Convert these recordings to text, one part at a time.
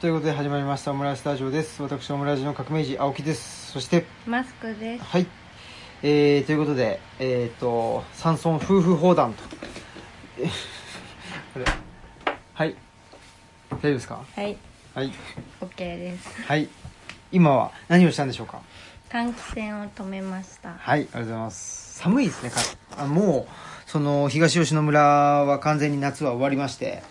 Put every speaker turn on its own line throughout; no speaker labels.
ということで始まりましたオムライスタジオです私オムライスの革命児青木ですそして
マスクです。
はいえー、ということでえっ、ー、と山村夫婦砲弾とえ これはい大丈夫ですか
はい、
はい
オッケーです。
はい今は何をしたんでしょうか
換気扇を止めました。
はい、ありがとうございます。寒いですね、かあもう、その、東吉野村は完全に夏は終わりまして、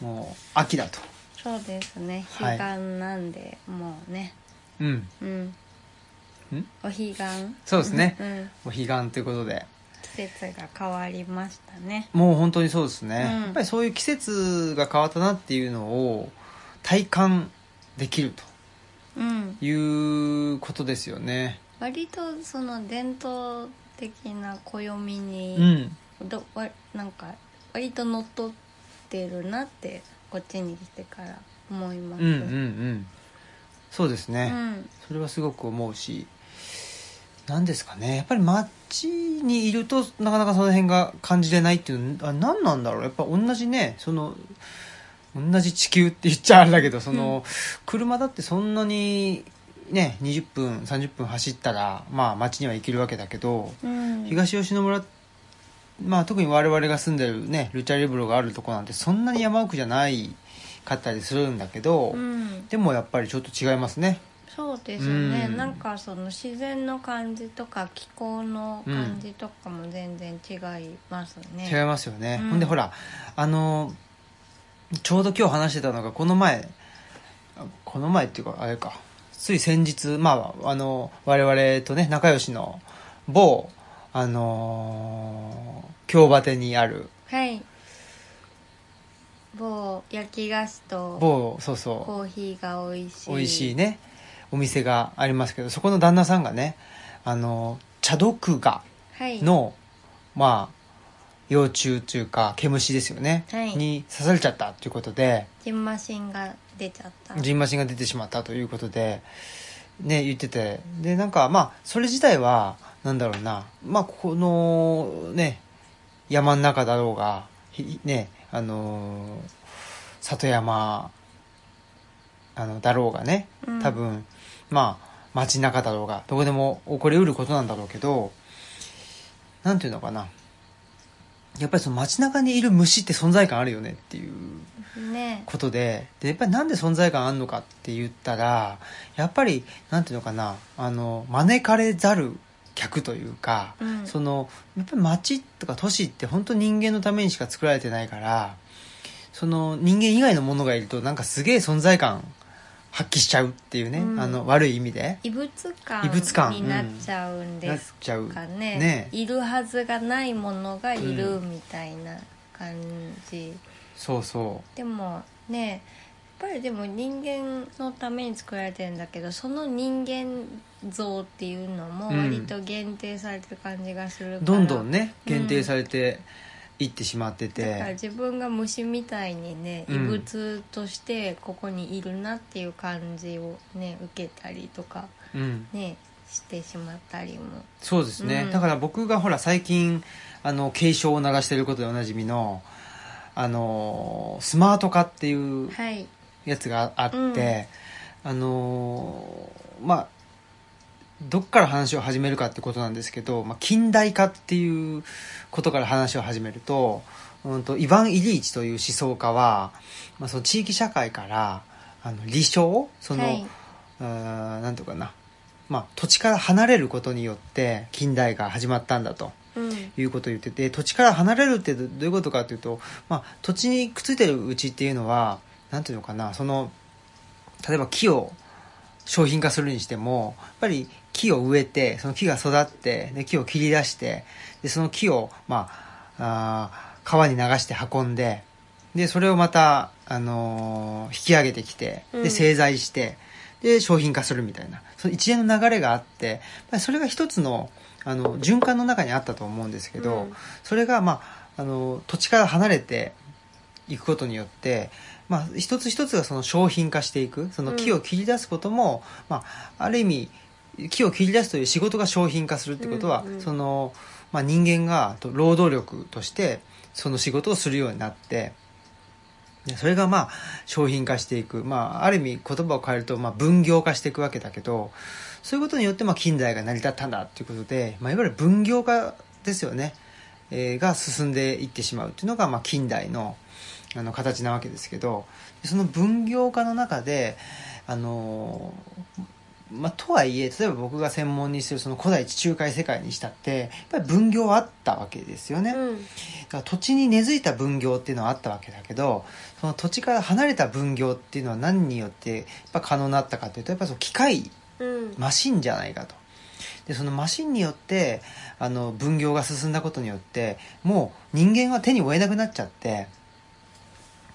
もう、秋だと。
そうですね。
は
彼
い
岸なんで、もうね。
うん。
うん。
ん
お彼岸。
そうですね
うん。
お彼岸ということで。
季節が変わりましたね。
もう本当にそうですね。
うん
やっぱりそういう季節が変わったなっていうのを体感できる
うん。
ということですよね。
割とその伝統的な暦
う
に、
ん。
どわなんか割と乗っ取ってるなってこっちに来てから思いま
うん
す。
うんうん。そうですね。
うん。
それはすごく思うし何ですかねやっぱり街にいるとなかなかその辺が感じれないっていうあ何なんだろうやっぱ同じねその同じ地球って言っちゃあれだけどその、車だってそんなにね20分30分走ったらまあ街には行けるわけだけど
うん。
東吉野村まあ特に我々が住んでるねルチャリブロがあるとこなんてそんなに山奥じゃないかったりするんだけど、
うん。
でもやっぱりちょっと違いますね
そうですね、
うん
なんかその自然の感じとか気候の感じとかも全然違いますね、
違いますよね、
うん
ほんでほらあのちょうど今日話してたのがこの前あこの前っていうかあれかつい先日まああの我々とね仲良しの某あのー京バテにある
はい某焼き菓子と
某そうそ
コーヒーが美味し
う
い
美味しいねお店がありますけどそこの旦那さんがねあの茶毒ガ
はい
の、まあ幼虫というか毛虫ですよね、
はい
に刺されちゃったということで
ジンマシンが出ちゃった
ジンマシンが出てしまったということで、ね、言っててでなんかまあそれ自体はなんだろうなまあこのね山の中だろうがひねあのー里山あのだろうがね
うん
多分、まあ街中だろうがどこでも起こりうることなんだろうけどなんていうのかなやっぱりその街中にいる虫って存在感あるよねっていう
ね
ことででやっぱりなんで存在感あるのかって言ったらやっぱりなんていうのかなあの招かれざる客というか、
うん
そのやっぱり街とか都市って本当人間のためにしか作られてないからその人間以外のものがいるとなんかすげえ存在感発揮しちゃうっていうね、
うん
あの悪い意味で
異物
異物感
感になっちゃうん
な
で
っ
す
ちゃう。
かね,、
ね
いるはずがないものがいる
う
みたいな感じ、
そうそ
でもねやっぱりでも人間のために作られてるんだけどその人間像っていうのも
うん
割と限定されてる感じがする
う
から、
どんどんね
うん
限定されていってしまってて、
だから自分が虫みたいにね
う
異
ん
物としてここにいるなっていう感じをね受けたりとか
うん、
ねしてしまったりも
そうですね、
うん
だから僕がほら最近あの警鐘を鳴らしてることでおなじみのあのスマート化っていう
はい
やつがあって、あのまあどっから話を始めるかってことなんですけど、まあ、近代化っていうことから話を始めると,、うん、とイヴァン・イリーチという思想家は、まあ、その地域社会からあの理想その、
はい
あーなんていうかな、まあ、土地から離れることによって近代が始まったんだと
うん
いうことを言ってて土地から離れるってどどういうことかっていうと、まあ、土地にくっついてるうちっていうのはなんていうのかなその例えば木を商品化するにしてもやっぱり木を植えてその木が育ってで木を切り出してでその木を、まあ、あー川に流して運んででそれをまた、あのー引き上げてきて
う
で
ん
製材して、で商品化するみたいなその一連の流れがあってやっぱりそれが一つのあの循環の中にあったと思うんですけど、
うん
それが、まあ、あの土地から離れていくことによって、まあ、一つ一つがその商品化していくその木を切り出すことも、まあ、ある意味木を切り出すという仕事が商品化するってことは、
うんうん
そのまあ、人間がと労働力としてその仕事をするようになってでそれがまあ商品化していく、まあ、ある意味言葉を変えるとまあ分業化していくわけだけどそういうことによってまあ近代が成り立ったんだっていうことで、まあ、いわゆる分業化ですよね、えーが進んでいってしまうっていうのがまあ近代のあの形なわけですけどその分業化の中であのーまあ、とはいえ例えば僕が専門にするその古代地中海世界にしたってやっぱり分業はあったわけですよね。
うん
だから土地に根付いた分業っていうのはあったわけだけどその土地から離れた分業っていうのは何によってやっぱ可能になったかというとやっぱりその機械
うん
マシンじゃないかと。でそのマシンによってあの分業が進んだことによってもう人間は手に負えなくなっちゃって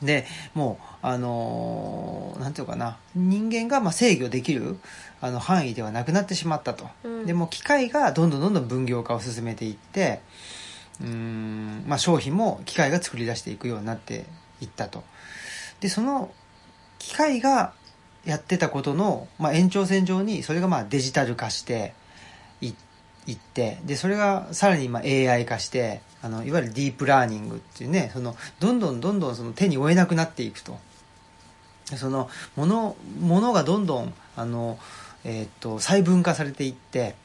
でもうあの何、なんていうのかな人間がまあ制御できるあの範囲ではなくなってしまったと。
うん
でもう機械がどんどんどんどん分業化を進めていってうーん、まあ、商品も機械が作り出していくようになっていったとでその機械がやってたことの、まあ、延長線上にそれがまあデジタル化していいってでそれがさらにまあ AI 化してあのいわゆるディープラーニングっていうねそのどんどんどんどんその手に負えなくなっていくとでそのものものがどんどんあの、えーっと細分化されていって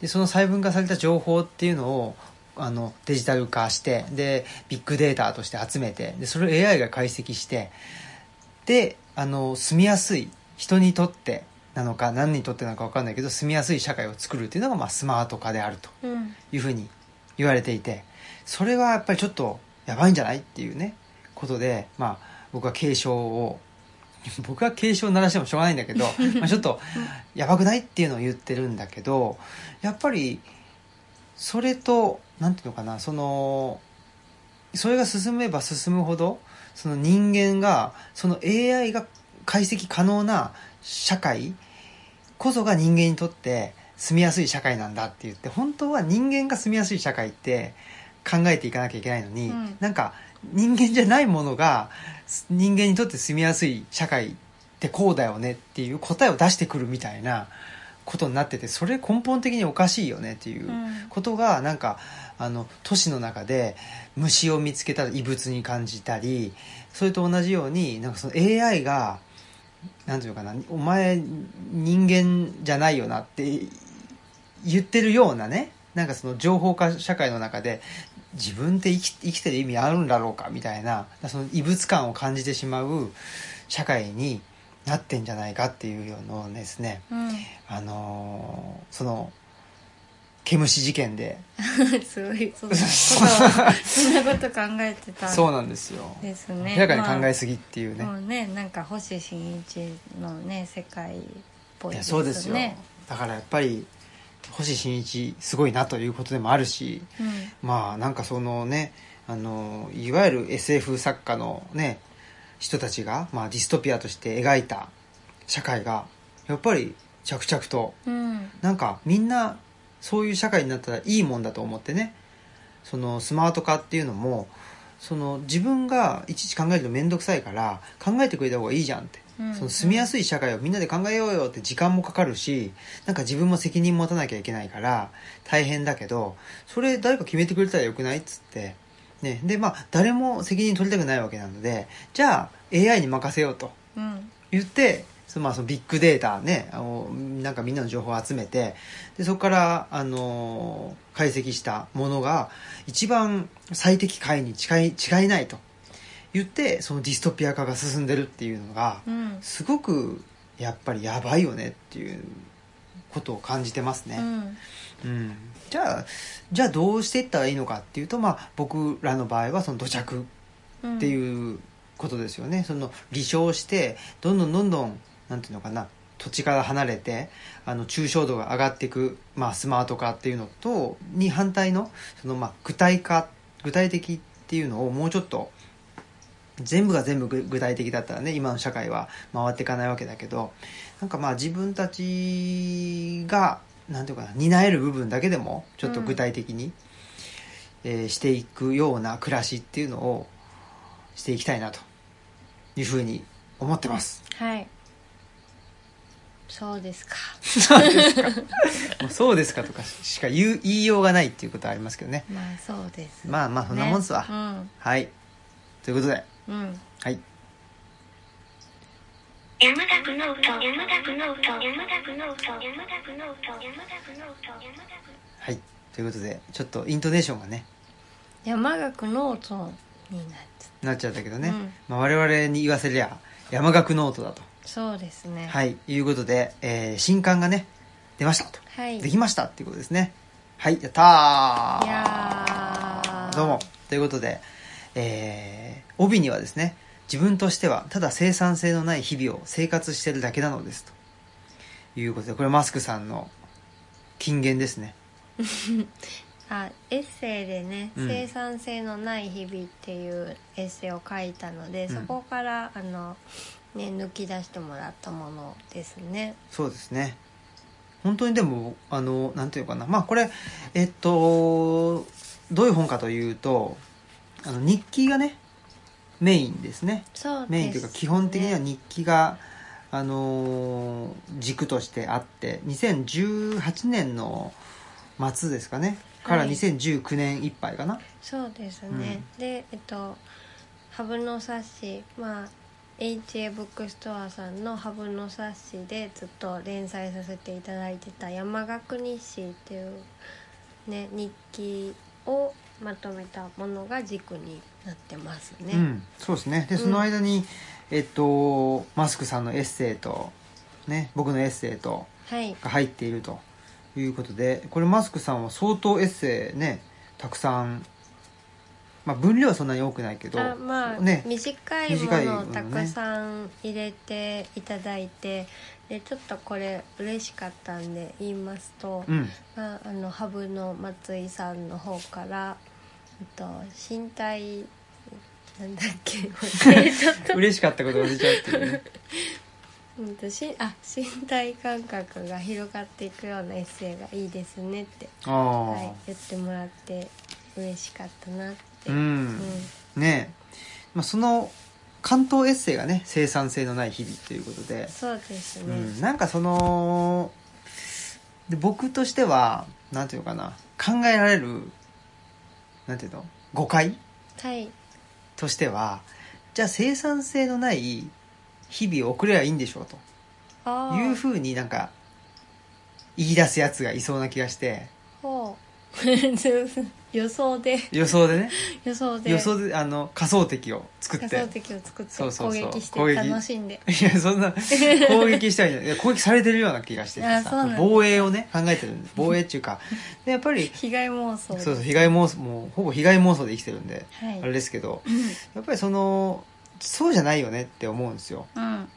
でその細分化された情報っていうのをあのデジタル化してでビッグデータとして集めてでそれを AI が解析してであの住みやすい人にとってなのか何にとってなのか分かんないけど住みやすい社会を作るっていうのが、まあ、スマート化であると
うん
いうふうに言われていてそれはやっぱりちょっとやばいんじゃないっていうねことで、まあ、僕は警鐘を 僕は警鐘を鳴らしてもしょうがないんだけど まあちょっとやばくないっていうのを言ってるんだけどやっぱりそれとなんていうのかなそのそれが進めば進むほどその人間がその AI が解析可能な社会こそが人間にとって住みやすい社会なんだって言って本当は人間が住みやすい社会って考えていかなきゃいけないのに、
うん
なんか人間じゃないものがす人間にとって住みやすい社会ってこうだよねっていう答えを出してくるみたいなことになっててそれ根本的におかしいよねっていううんことがなんかあの都市の中で虫を見つけたら異物に感じたりそれと同じようになんかその AI がなんていうのかなお前人間じゃないよなって言ってるようなねなんかその情報化社会の中で自分って生き生きてる意味あるんだろうかみたいなその異物感を感じてしまう社会になってんじゃないかっていうようなですね
う
あのーその毛虫事件で
んすごいそんなことをそんなこと考えてた
そ
ん
うなんですよ、
ですね
明らかに考えすぎっていうね、
まあもうねなんか星新一のね世界っぽい
いや
ですね
そうですよだからやっぱり星新一すごいなということでもあるし
うん
まあなんかそのねあのいわゆる SF 作家のね人たちが、まあ、ディストピアとして描いた社会がやっぱり着々と
うん
なんかみんなそういう社会になったらいいもんだと思ってねそのスマート化っていうのもその自分がいちいち考えるの面倒くさいから考えてくれた方がいいじゃんって、
うん
その住みやすい社会をみんなで考えようよって時間もかかるしなんか自分も責任持たなきゃいけないから大変だけどそれ誰か決めてくれたらよくないっつって、ね、でまあ誰も責任取りたくないわけなのでじゃあ AI に任せようと。
うん
言ってそのまあそのビッグデータねあのなんかみんなの情報を集めてでそこから、あの解析したものが一番最適解に近い違いないと言ってそのディストピア化が進んでるっていうのが
うん
すごくやっぱりやばいよねっていうことを感じてますね。
うん
うん、じゃあじゃあどうしていったらいいのかっていうと、まあ、僕らの場合はその土着
うん
っていうことですよね、その離礁してどんどんどんどんなんていうのかな土地から離れてあの抽象度が上がっていく、まあ、スマート化っていうのとに反対のそのまあ具体化具体的っていうのをもうちょっと全部が全部具具体的だったらね今の社会は回っていかないわけだけどなんかまあ自分たちがなんていうかな担える部分だけでもちょっと具体的に、えーしていくような暮らしっていうのをしていきたいなというふうに思って ます。
はいそうですか
もうそうですかとかしか言う言いようがないっていうことはありますけどね。
まあそうです
まあまあそんなもんっすわ
ね
はい。ということで、
うんうん
はい。
山田グノート山田グノート山田グノート山田グノート山田グノート山田グノート
はいということでちょっとイントネーションがね
山岳ノートになっちゃっ
なっちゃったけどね、
うん
まあ、我々に言わせりゃ山岳ノートだと
たそうですね
はいいうことで、えー新刊がね出ましたと、
はい
できましたっていうことですねはいやったー
いやー
どうもということで、えー帯にはですね自分としてはただ生産性のない日々を生活してるだけなのですということでこれマスクさんの金言ですね
あエッセイでね、
うん
生産性のない日々」っていうエッセイを書いたので、
うん
そこからあの、ね、抜き出してもらったものですね
そうですね本当にでもあのなんていうかなまあこれえっとどういう本かというとあの日記がねメインですね
そうですね
メインというか基本的には日記が、あのー軸としてあって2018年の末ですかねから
はい
2019年いっぱいかな、
そうですね、でえっとハブの冊子まあ HA ブックストアさんのハブの冊子でずっと連載させていただいてた「山岳日誌」っていう、ね、日記をまとめたものが軸になってますね。
うん、そうですねで
うん
その間に、えっとマスクさんのエッセイとね僕のエッセイと
はい
が入っているということでこれマスクさんは相当エッセイねたくさん、まあ、分量はそんなに多くないけど
あまあ、
ね
短いも
短いも
のを
のね
たくさん入れていただいて、でちょっとこれ嬉しかったんで言いますと、
うん
まあ、あのハブの松井さんの方からえっと身体なんだっけ 忘れちゃった
嬉しかったことが出ちゃうって いうね
うんとしあ身体感覚が広がっていくようなエッセイがいいですねって、
ああ、
はい、言ってもらって嬉しかったなって、
うんねえ、まあ、その関東エッセイがね生産性のない日々ということで、
そうです
う
ね、
ん、なんかそので僕としてはなんていうのかな考えられるなんていうの誤解
はい
としてはじゃあ生産性のない日々を送ればいいんでしょうと
あ
いう
あ
ふうになんか言い出すやつがいそうな気がして
ほう 予想で
予想でね
予想で
予想であの仮想敵を作って
仮想敵を作って
そうそう
攻
そう
撃し
攻
て
撃
楽しんで
いや、そんな、攻撃したいんじゃないいや。攻撃されてるような気がして
あそうなんだ
防衛をね、考えてるんです。防衛っていうか、でやっぱり、
被害妄想
そう
で
そう、被害妄想、もうほぼ被害妄想で生きてるんで、
はい
あれですけど、やっぱりその、そうじゃないよねって思うんですよ。
うん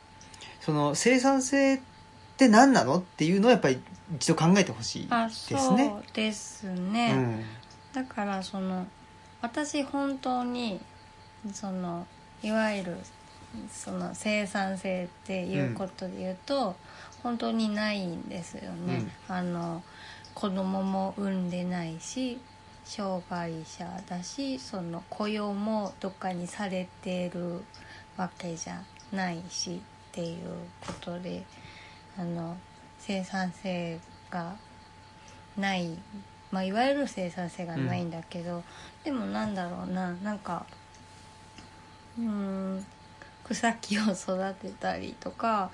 その、生産性って何なのっていうのをやっぱり一度考えてほしい
あ
です
そう
ね。
です
う
ね、
ん。
だからその私本当にそのいわゆるその生産性っていうことで言うと、本当にないんですよね、あの子供も産んでないし障害者だしその雇用もどっかにされてるわけじゃないしっていうことであの生産性がない、まあ、いわゆる生産性がないんだけど、でもなんだろうななんかうーん草木を育てたりとか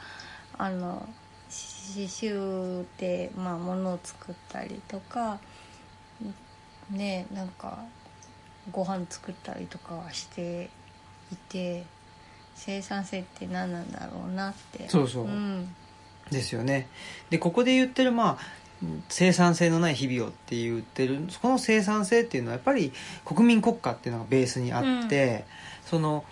あの刺繍で、まあ、物を作ったりとかねなんかご飯作ったりとかはしていて生産性って何なんだろうなって
そうそう
うん、
ですよね。で、ここで言ってる、まあ、生産性のない日々をって言ってるそこの生産性っていうのはやっぱり国民国家っていうのがベースにあって、その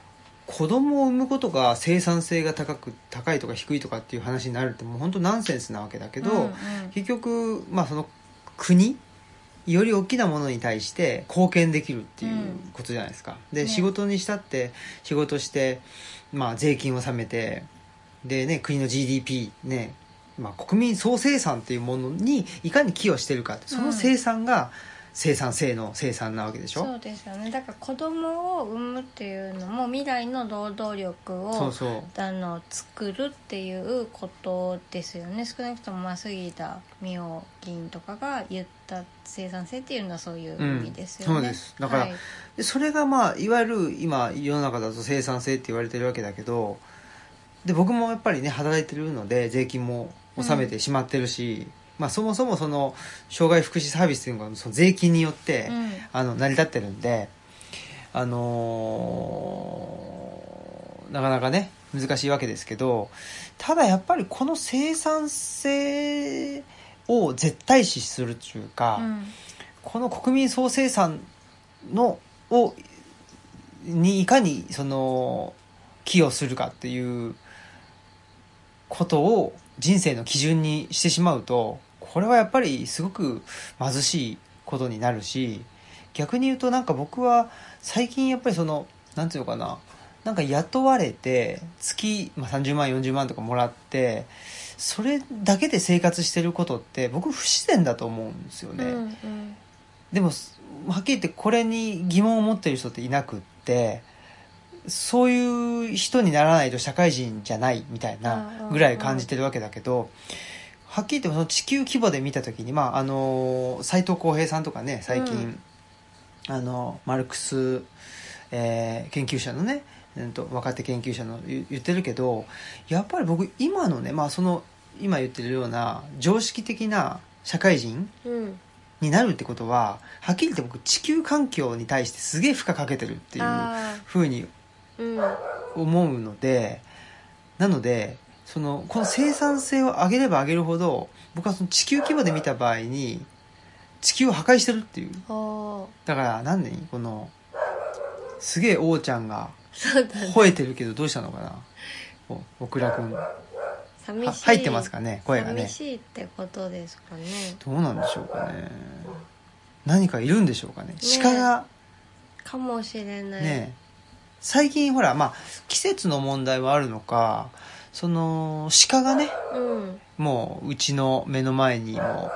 子供を産むことが生産性が高く高いとか低いとかっていう話になるともう本当ナンセンスなわけだけど、
うんうん
結局、まあ、その国より大きなものに対して貢献できるっていうことじゃないですか、で
ね
仕事にしたって仕事して、まあ、税金を納めてで、ね、国の GDP、ねまあ、国民総生産っていうものにいかに寄与してるかってその生産が生産性の生産なわけでしょ、
そうですよねだから子供を産むっていうのも未来の労働力を
そうそう
あの作るっていうことですよね少なくともまあ杉田美桜銀とかが言った生産性っていうのはそういう意味ですよね、
うんそうですだから
はい
でそれがまあいわゆる今世の中だと生産性って言われてるわけだけどで僕もやっぱりね働いてるので税金も納めてしまってるし、まあ、そもそもその障害福祉サービスというのがその税金によって、
うん
あの成り立ってるんで、あのーなかなかね難しいわけですけどただやっぱりこの生産性を絶対視するというか、
うん
この国民総生産のをにいかにその寄与するかっていうことを人生の基準にしてしまうとこれはやっぱりすごく貧しいことになるし逆に言うとなんか僕は最近やっぱりそのなんていうのかななんか雇われて月、まあ、30万40万とかもらってそれだけで生活してることって僕不自然だと思うんですよね。
うんうん
でもすはっきり言ってこれに疑問を持ってる人っていなくってそういう人にならないと社会人じゃないみたい
うんう
なんぐらい感じてるわけだけど、はっきり言ってその地球規模で見た時に、まあ、あの斎藤浩平さんとかね最近、
うん
あのマルクス、えー研究者のね、うん、と若手研究者の言言ってるけどやっぱり僕今のね、まあ、その今言ってるような常識的な社会人
うん
になるってことははっきり言って僕地球環境に対してすげえ負荷かけてるっていう
あ
ふうに
ーうん
思うのでなのでそのこの生産性を上げれば上げるほど僕はその地球規模で見た場合に地球を破壊してるっていう
おー
だから何年このすげえ王ちゃんが
そうだね
吠えてるけどどうしたのかなお小倉君は
寂しい
入ってますかね声がね
寂しいってことですかね
どうなんでしょうかね何かいるんでしょうかね鹿が、
かもしれない、
ねえ最近ほらまあ季節の問題はあるのかその鹿がね
うん
もううちの目の前にも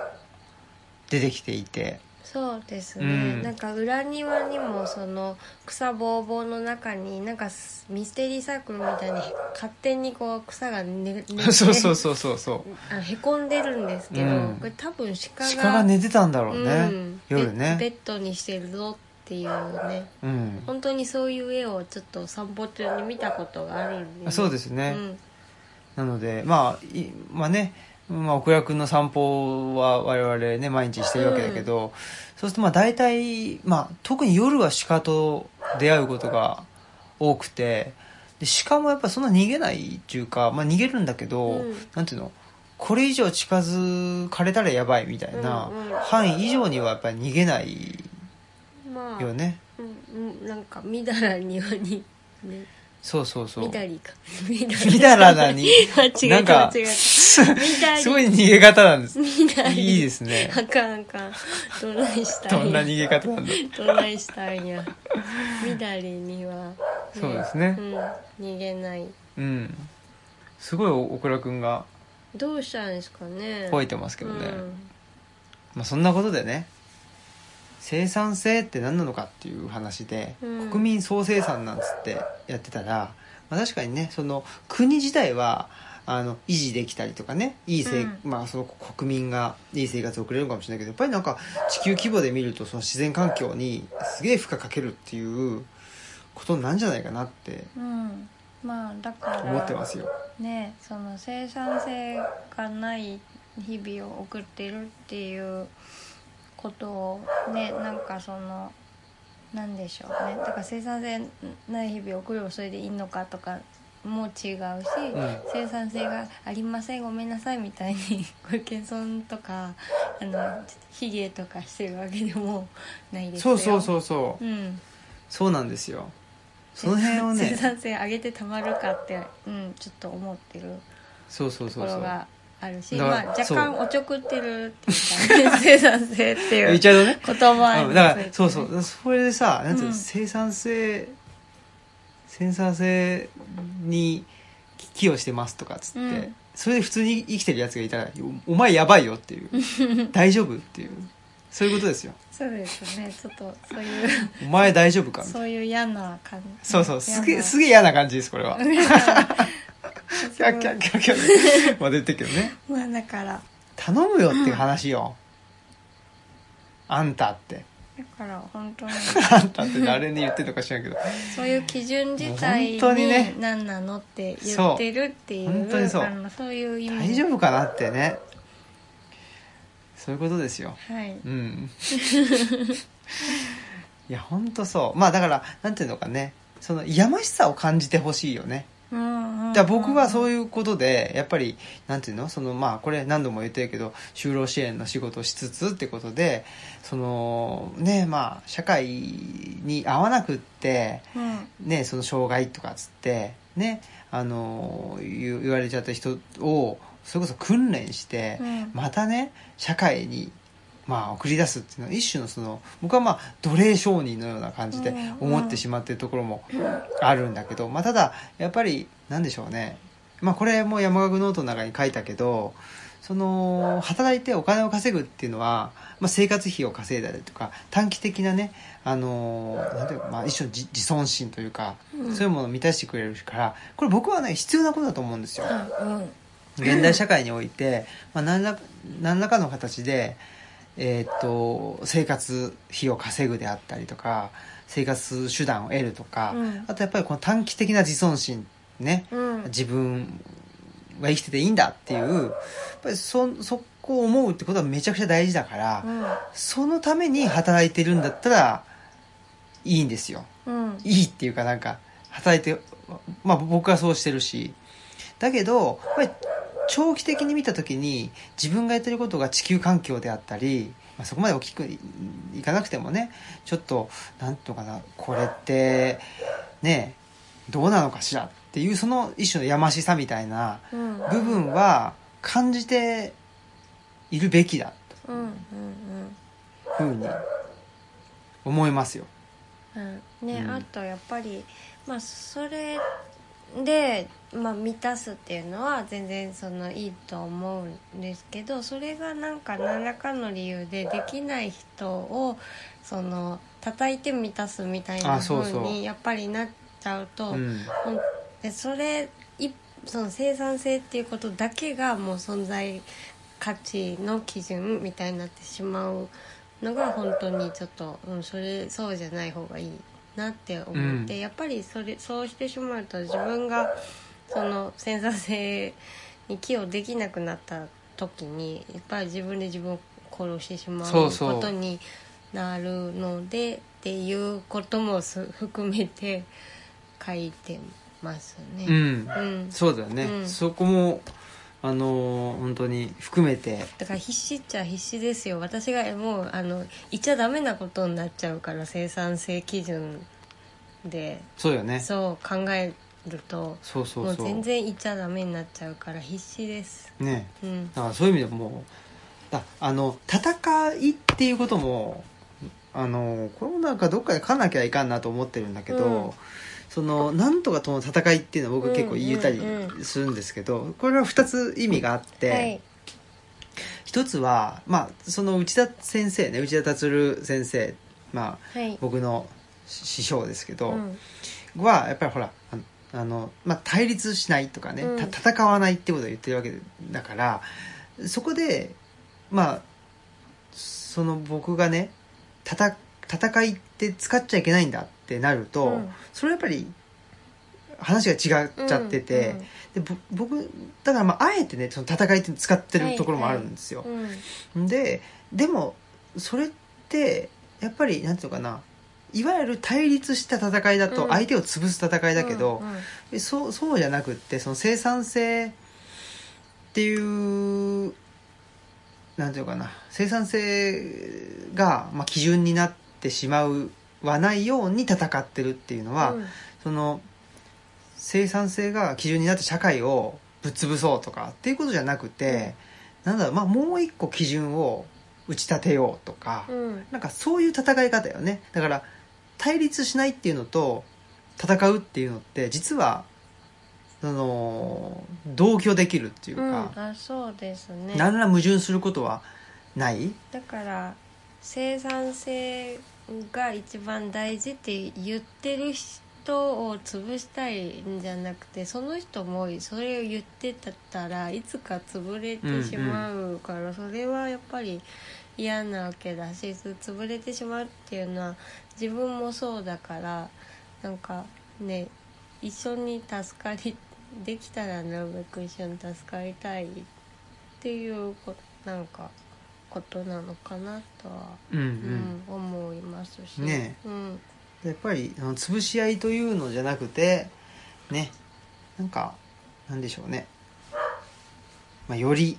出てきていて
そうですね、
うん
なんか裏庭にもその草ぼうぼうの中になんかすミステリーサークルみたいに勝手にこう草がね
そうそう
う
そうそうそ
あへこんでるんですけど、
うん
これ多分鹿
う
が
鹿が寝てたんだろうね、
うん、
夜
ベベ
ね
ッドにしてるぞっていうね
うん
本当にそういう絵をちょっと散歩中に見たことがあるんで
あそうですすね、なのでまあいまあねまあ、奥楽の散歩は我々ね毎日してるわけだけど、そうするとまあ大体、まあ、特に夜は鹿と出会うことが多くてで鹿もやっぱそんな逃げないっていうか、まあ、逃げるんだけど、
うん
なんていうのこれ以上近づかれたらやばいみたいな、
うんうん
範囲以上にはやっぱり逃げない
うん、まあ
よね、
うん、うんなんかみだらにはに、ね、
そうそうそう
み だりかみだ
みだらなに
あ違う違う
なんか
違う
す
みだ り
すごい逃げ方なんです
みだり
いいですね
あかんあかんどないしたんや
どんな逃げ方なんだ
どないしたんやみだりには、ね
そうですね
うん、逃げない
うんすごい小倉君が
どうしたんですかね
吠え
て
てますけどね、まあ、そんなことでね生産性って何なのかっていう話で、
うん
国民総生産なんつってやってたら、まあ、確かにねその国自体はあの維持できたりとかねいいせい、
う
まあ、その国民がいい生活を送れるかもしれないけどやっぱりなんか地球規模で見るとその自然環境にすげえ負荷かけるっていうことなんじゃないかなって
うんまあだから
思ってますよ。
ねその生産性がない日々を送っているっていうことをねなんかそのなんでしょうねだから生産性ない日々を送るよそれでいいのかとかも違うし、
ん
生産性がありませんごめんなさいみたいにご謙遜とかあのちょっと卑下とかしてるわけでもないです
そ
よ
うそう
う、
そうそう、
うん、
そうなんですよ。その辺を
生
ね、
産性上げてたまるかって、うん、ちょっと思ってる。
そうそう
と
そ
こ
うそ
ろ
う。
があるし、
だから
まあ、若
そう
干おちょくってるっていう か生産性ってい
言っ
う
ちゃうとね。
言葉
う
に
んだ
つ
か
いて
ら
ね
そうそうそれでさなんていうの、
うん
生産性生産性に寄与してますとかっつって、
うん
それで普通に生きてるやつがいたらおお前やばいよっていう 大丈夫っていうそういうことですよ
そうですねちょっとそういう
お前大丈夫かみたいな
そういう嫌な感じ
そうそうすげえす
げ
げえ嫌な感じですこれ はキャッキャッ
え
キャッキャッまあ出てるけどね
まあだから
頼むよっていう話よ、あんたって
だから本当に
あんたって誰に言ってるのか知らんけど
そういう基準自
本
体
当にね
に何なのって言ってるっていう
そう本当にそう
あのそういう意味
大丈夫かなってねそういうことですよ
はい
うん いやほんとそうまあだからなんていうのかねそのやましさを感じてほしいよね
うんうん
じゃあ僕はそう
い
いうことでやっぱりなんていうのそのまあこれ何度も言ってるけど就労支援の仕事をしつつってことでそのねまあ社会に合わなくって
うん、
ね、その障害とかっつって、ね、あの言言われちゃった人をそれこそ訓練して、
うん
またね社会に、まあ、送り出すっていうのは一種のその僕はまあ奴隷商人のような感じで
うん
思ってしまってるところもあるんだけど、まあ、ただやっぱりなんでしょうね、まあ、これも山岳ノートの中に書いたけどその働いてお金を稼ぐっていうのは、まあ、生活費を稼いだりとか短期的なねあのなんていうか、まあ、一種の自自尊心というか、
うん
そういうものを満たしてくれるからこれ僕はね必要なことだと思うんですよ。
うんうん
現代社会において、まあ、何ら何らかの形で、えーっと生活費を稼ぐであったりとか生活手段を得るとか、
うん
あとやっぱりこの短期的な自尊心ね、
うん
自分は生きてていいんだっていうやっぱりそそこを思うってことはめちゃくちゃ大事だから、そのために働いてるんだったらいいんですよ。
うんうん
いいっていうかなんか働いてまあ僕はそうしてるしだけどやっぱり長期的に見た時に自分がやってることが地球環境であったり、まあ、そこまで大きくいいかなくてもねちょっとなんとかなこれってねどうなのかしらっていうその一種のやましさみたいな
うん
部分は感じているべきだ
うんうん
というふうに思いますよ。
うんうんね、
うん
あとやっぱりまあそれで、まあ、満たすっていうのは全然そのいいと思うんですけどそれがなんか何らかの理由でできない人をその叩いて満たすみたいな
あそう
風
そう
にやっぱりなっちゃうと
うん
ほんでそれいその生産性っていうことだけがもう存在価値の基準みたいになってしまうのが本当にちょっと、うん、それそうじゃない方がいいなって思って、
う
やっぱりそれそうしてしまうと自分がその生産性に寄与できなくなった時にやっぱり自分で自分を殺してしまう
そうそう
ことになるのでっていうこともす含めて書いてますね。
うん
うん
そうだよね、
うん
そこもあのー本当に含めて
だから必死っちゃ必死ですよ私がもうあの言っちゃダメなことになっちゃうから生産性基準で
そうよね
そう考えると
そうそうそ
も
う
う全然言っちゃダメになっちゃうから必死です
ね
うん
だからそういう意味でもだあの戦いっていうこともあのこれもなんかどっかで勝んなきゃいかんなと思ってるんだけど、
うん
そのなんとかとの戦いっていうのは僕結構言ったり
うんうんう
するんですけど、これは2つ意味があって、
はい
一つは、まあ、その内田先生ね内田達郎先生、まあ、
はい
僕の師匠ですけど、
うん
はやっぱりほらあのあの、まあ、対立しないとかね、
うん
た戦わないってことを言ってるわけだからそこでまあその僕がね戦戦いって使っちゃいけないんだってなると、
うん
それはやっぱり話が違っちゃってて、でぼ僕だからまああえてねその戦いって使ってるところもあるんですよ。
うんうん
ででもそれってやっぱりなんていうのかないわゆる対立した戦いだ
う
と
ん
相手を潰す戦いだけど
う、んうん
でそうそうじゃなくってその生産性っていうなんていうのかな生産性が、まあ、基準になってしまうはないように戦ってるっていうのは、
うん
その生産性が基準になって社会をぶっ潰そうとかっていうことじゃなくて、なんだろう、まあ、もう一個基準を打ち立てようとか、
うん
なんかそういう戦い方よねだから対立しないっていうのと戦うっていうのって実はその同居できるっていう
うん
か、
あそうですね
何ら矛盾することはない
だから生産性が一番大事って言ってる人を潰したいんじゃなくてその人もそれを言ってたったらいつか潰れてしまうから、それはやっぱり嫌なわけだしつ潰れてしまうっていうのは自分もそうだからなんかね一緒に助かりできたらなるべく一緒に助かりたいっていうこなんかことなのかなとは、
うんう
うん
ん
思いますし。
ね
うん
やっぱりあの潰し合いというのじゃなくてねなんかなんでしょうね、まあ、より、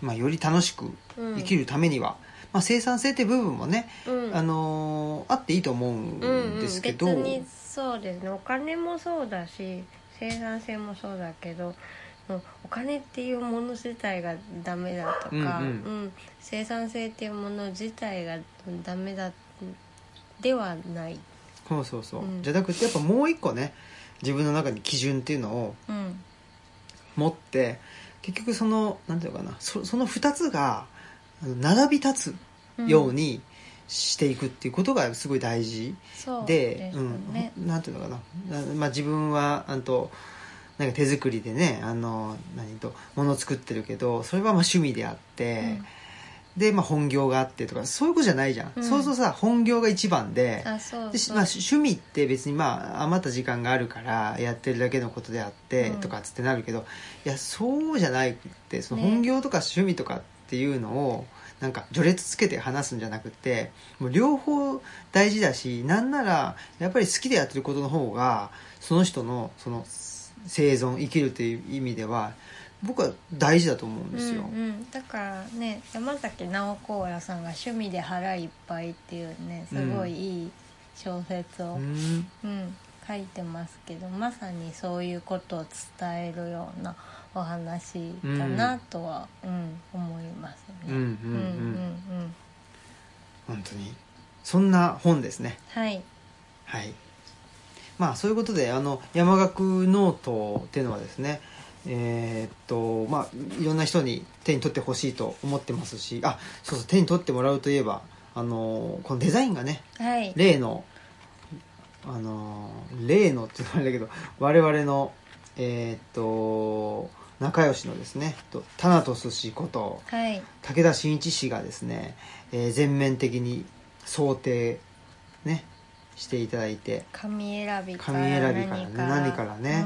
まあ、より楽しく
うん、
生きるためには、まあ、生産性って部分もね、
うん、
あのーあっていいと思うんですけど、
うんうん、別にそうですねお金もそうだし生産性もそうだけどもうお金っていうもの自体がダメだと
う
か、
んうん
うん生産性っていうもの自体がダメだではない、
そうそうそう、
うん
じゃなくてやっぱもう一個ね自分の中に基準っていうのを
うん、
持って結局そのなんていうのかなそその2つがあの並び立つようにしていくっていうことがすごい大事。
そう
で
です
う
よ
ん
ね、
なんていうのかな、なまあ、自分はあんとなんか手作りでねあの何と物作ってるけどそれはまあ趣味であって、で、まあ、本業があってとかそういうことじゃないじゃん、
うん
そうするとさ本業が一番で
うん、あそう
で
そう、
まあ、趣味って別にまあ余った時間があるからやってるだけのことであって
うん
とかっつってなるけど、いやそうじゃないってその
ね
本業とか趣味とかっていうのをなんか序列つけて話すんじゃなくてもう両方大事だしなんならやっぱり好きでやってることの方がその人のその生存生きるっていう意味では僕は大事だと思うんですよ。
うんうん、だからね山崎直子屋さんが「趣味で腹いっぱい」っていうねすごいいい小説を、
うん
うん、書いてますけどまさにそういうことを伝えるようなお話だなとは、うん思います
うんうんう、
ね。うんうんんうん
本当にそんな本ですね。
はい、
はい。まあそういうことであの山岳ノートっていうのはですね、えーっとまあいろんな人に手に取ってほしいと思ってますし、あそうそう手に取ってもらうといえばあのこのデザインがね
はい、
例のあの例のって言われだけど我々のえーっと仲良しのですねとタナトス氏こと
はい、
武田真一氏がですね、えー全面的に想定ねしていただいて
紙選びから
紙選びからね何からね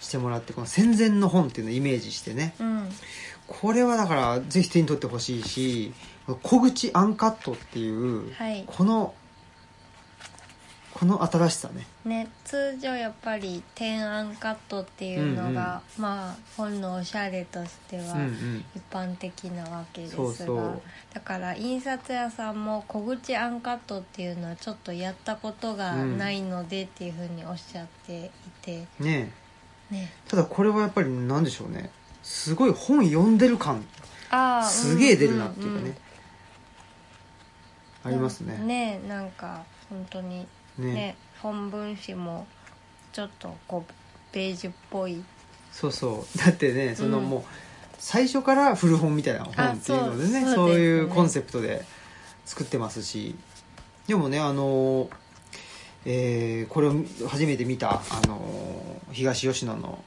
してもらってこの戦前の本っていうのをイメージしてね
うん、うん
これはだからぜひ手に取ってほしいしこの小口アンカットっていう、
はい
このこの新しさね
ね、通常やっぱり天安カットっていうのが、まあ本のおしゃれとしては、
うんうん
一般的なわけですが
そうそう
だから印刷屋さんも小口アンカットっていうのはちょっとやったことがないのでっていうふうにおっしゃっていて、
ね
ね
ただこれはやっぱり何でしょうねすごい本読んでる感
あー
すげえ出るなっていうかね、
んんん
ありますね
ねなんか本当にね本文紙もちょっとこうベージュっぽい
そうそうだってねその
うん
もう最初から古本みたいな本っていうのでね
あそう
そう
そうですね
いうコンセプトで作ってますしでもねあの、えーこれを初めて見たあの東吉野の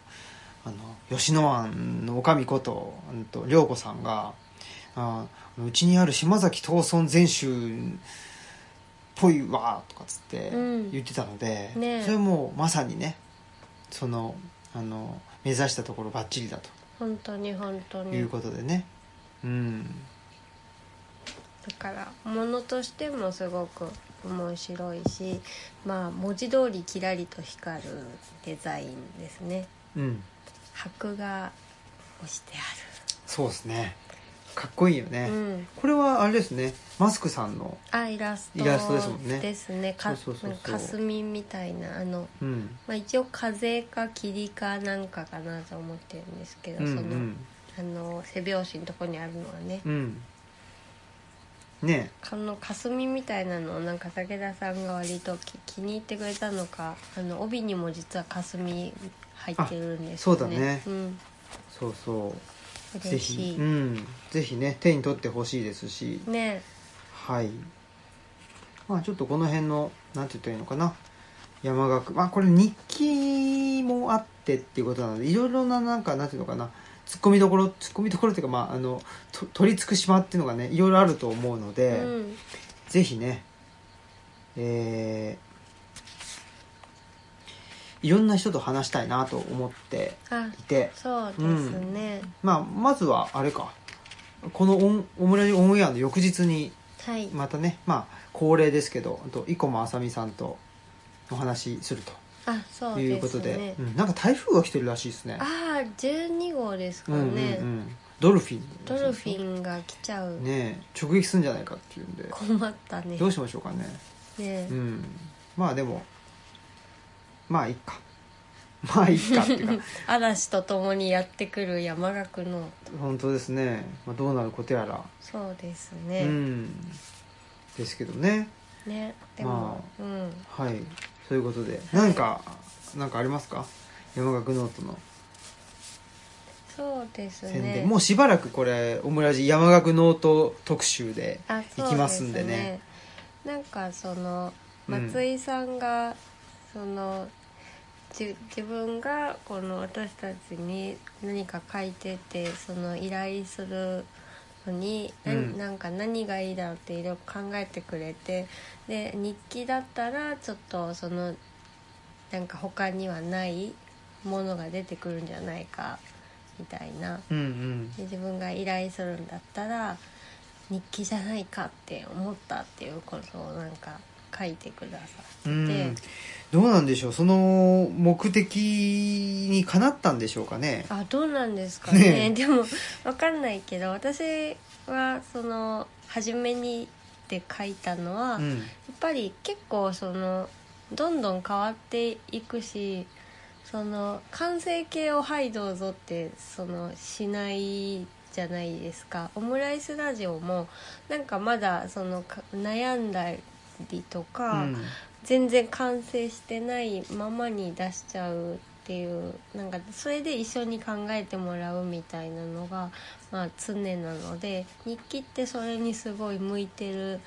あの吉野庵の女将ことうんと涼子さんがああのうちにある島崎藤村全集っぽいわとかっつって
うん
言ってたので、
ねえ
それもまさにねそのあの目指したところばっちりだ
本当に本当
とい
に
うことでね、うん
だからものとしてもすごく面白いしまあ文字通りキラリと光るデザインですね
うん
箔が押して
そうですねかっこいいよ
あ
ね、
る、うん、
これはあれですねマスクさんの、
あイラスト
イラストですもんね
ですねか
そうそうそうそう
かすみみたいなあの、
うん
まあ、一応風か霧かなんかかなと思ってるんですけど、
うんう
その
ん
あの背表紙のとこにあるのはね、
うんね
この霞みたいなのをなんか武田さんが割とき気に入ってくれたのかあの帯にも実は霞入ってるんですね
あそうだね
うん、
そうそ
嬉
うぜ
し
ひ
い、
うんぜひね手に取ってほしいですし
ね
はい。まあちょっとこの辺の、なんて言ったらいいのかな。山岳。まあこれ日記もあってっていうことなので、いろいろななんか、なんていうのかな。突っ込みどころ突っ込みどころっていうか、まあ、あのと取り付く島っていうのがねいろいろあると思うので、
うん
ぜひねえーいろんな人と話したいなと思って
あ
いて、
そうですね、
まあ、まずはあれかこのオンオムラジオンエアの翌日に
はい、
またね、まあ、恒例ですけどあと生駒あさみさんとお話しする
あそう
という
で
こと
す
で
ね
うんなんか台風が来てるらしいですね
ああ12号ですか
うん
ね、
うんうん、ドルフィン
ドルフィンが来ちゃう、
ねえ直撃するんじゃないかっていうんで
困ったね
どうしましょうかね
ね
うんまあでもまあいいか まあいいかっていう か
嵐とともにやってくる山岳の
本当ですね、まあ、どうなることやら、
そうです
う
ね、
んですけどね
ねでも、うん
はいということで何か何かありますか山岳ノートの
そうです
宣伝、
ね
もうしばらくこれオムラジ山岳ノート特集で
あ
行きますんでね
そうですねなんかその
うん
松井さんが、そのじ自分がこの私たちに何か書いててその依頼するのに、な
うん
なんか何がいいだろうっていろいろ考えてくれてで日記だったらちょっとそのなんか他にはないものが出てくるんじゃないかみたいな。
うんうん
で自分が依頼するんだったら日記じゃないかって思ったっていうことをなんか書いてくださってて、
うんどうなんでしょうその目的にかなったんでしょうかね
あどうなんですかね
ね
でもわかんないけど私はその初めにって書いたのは、
う
やっ
ん
ぱり結構そのどんどん変わっていくしその完成形を「はいどうぞ」ってそのしないじゃないですかオムライスラジオもなんかまだそのか悩んだりと
う
か、
ん
全然完成してないままに出しちゃうっていうなんかそれで一緒に考えてもらうみたいなのが、まあ、常なので日記ってそれにすごい向いてる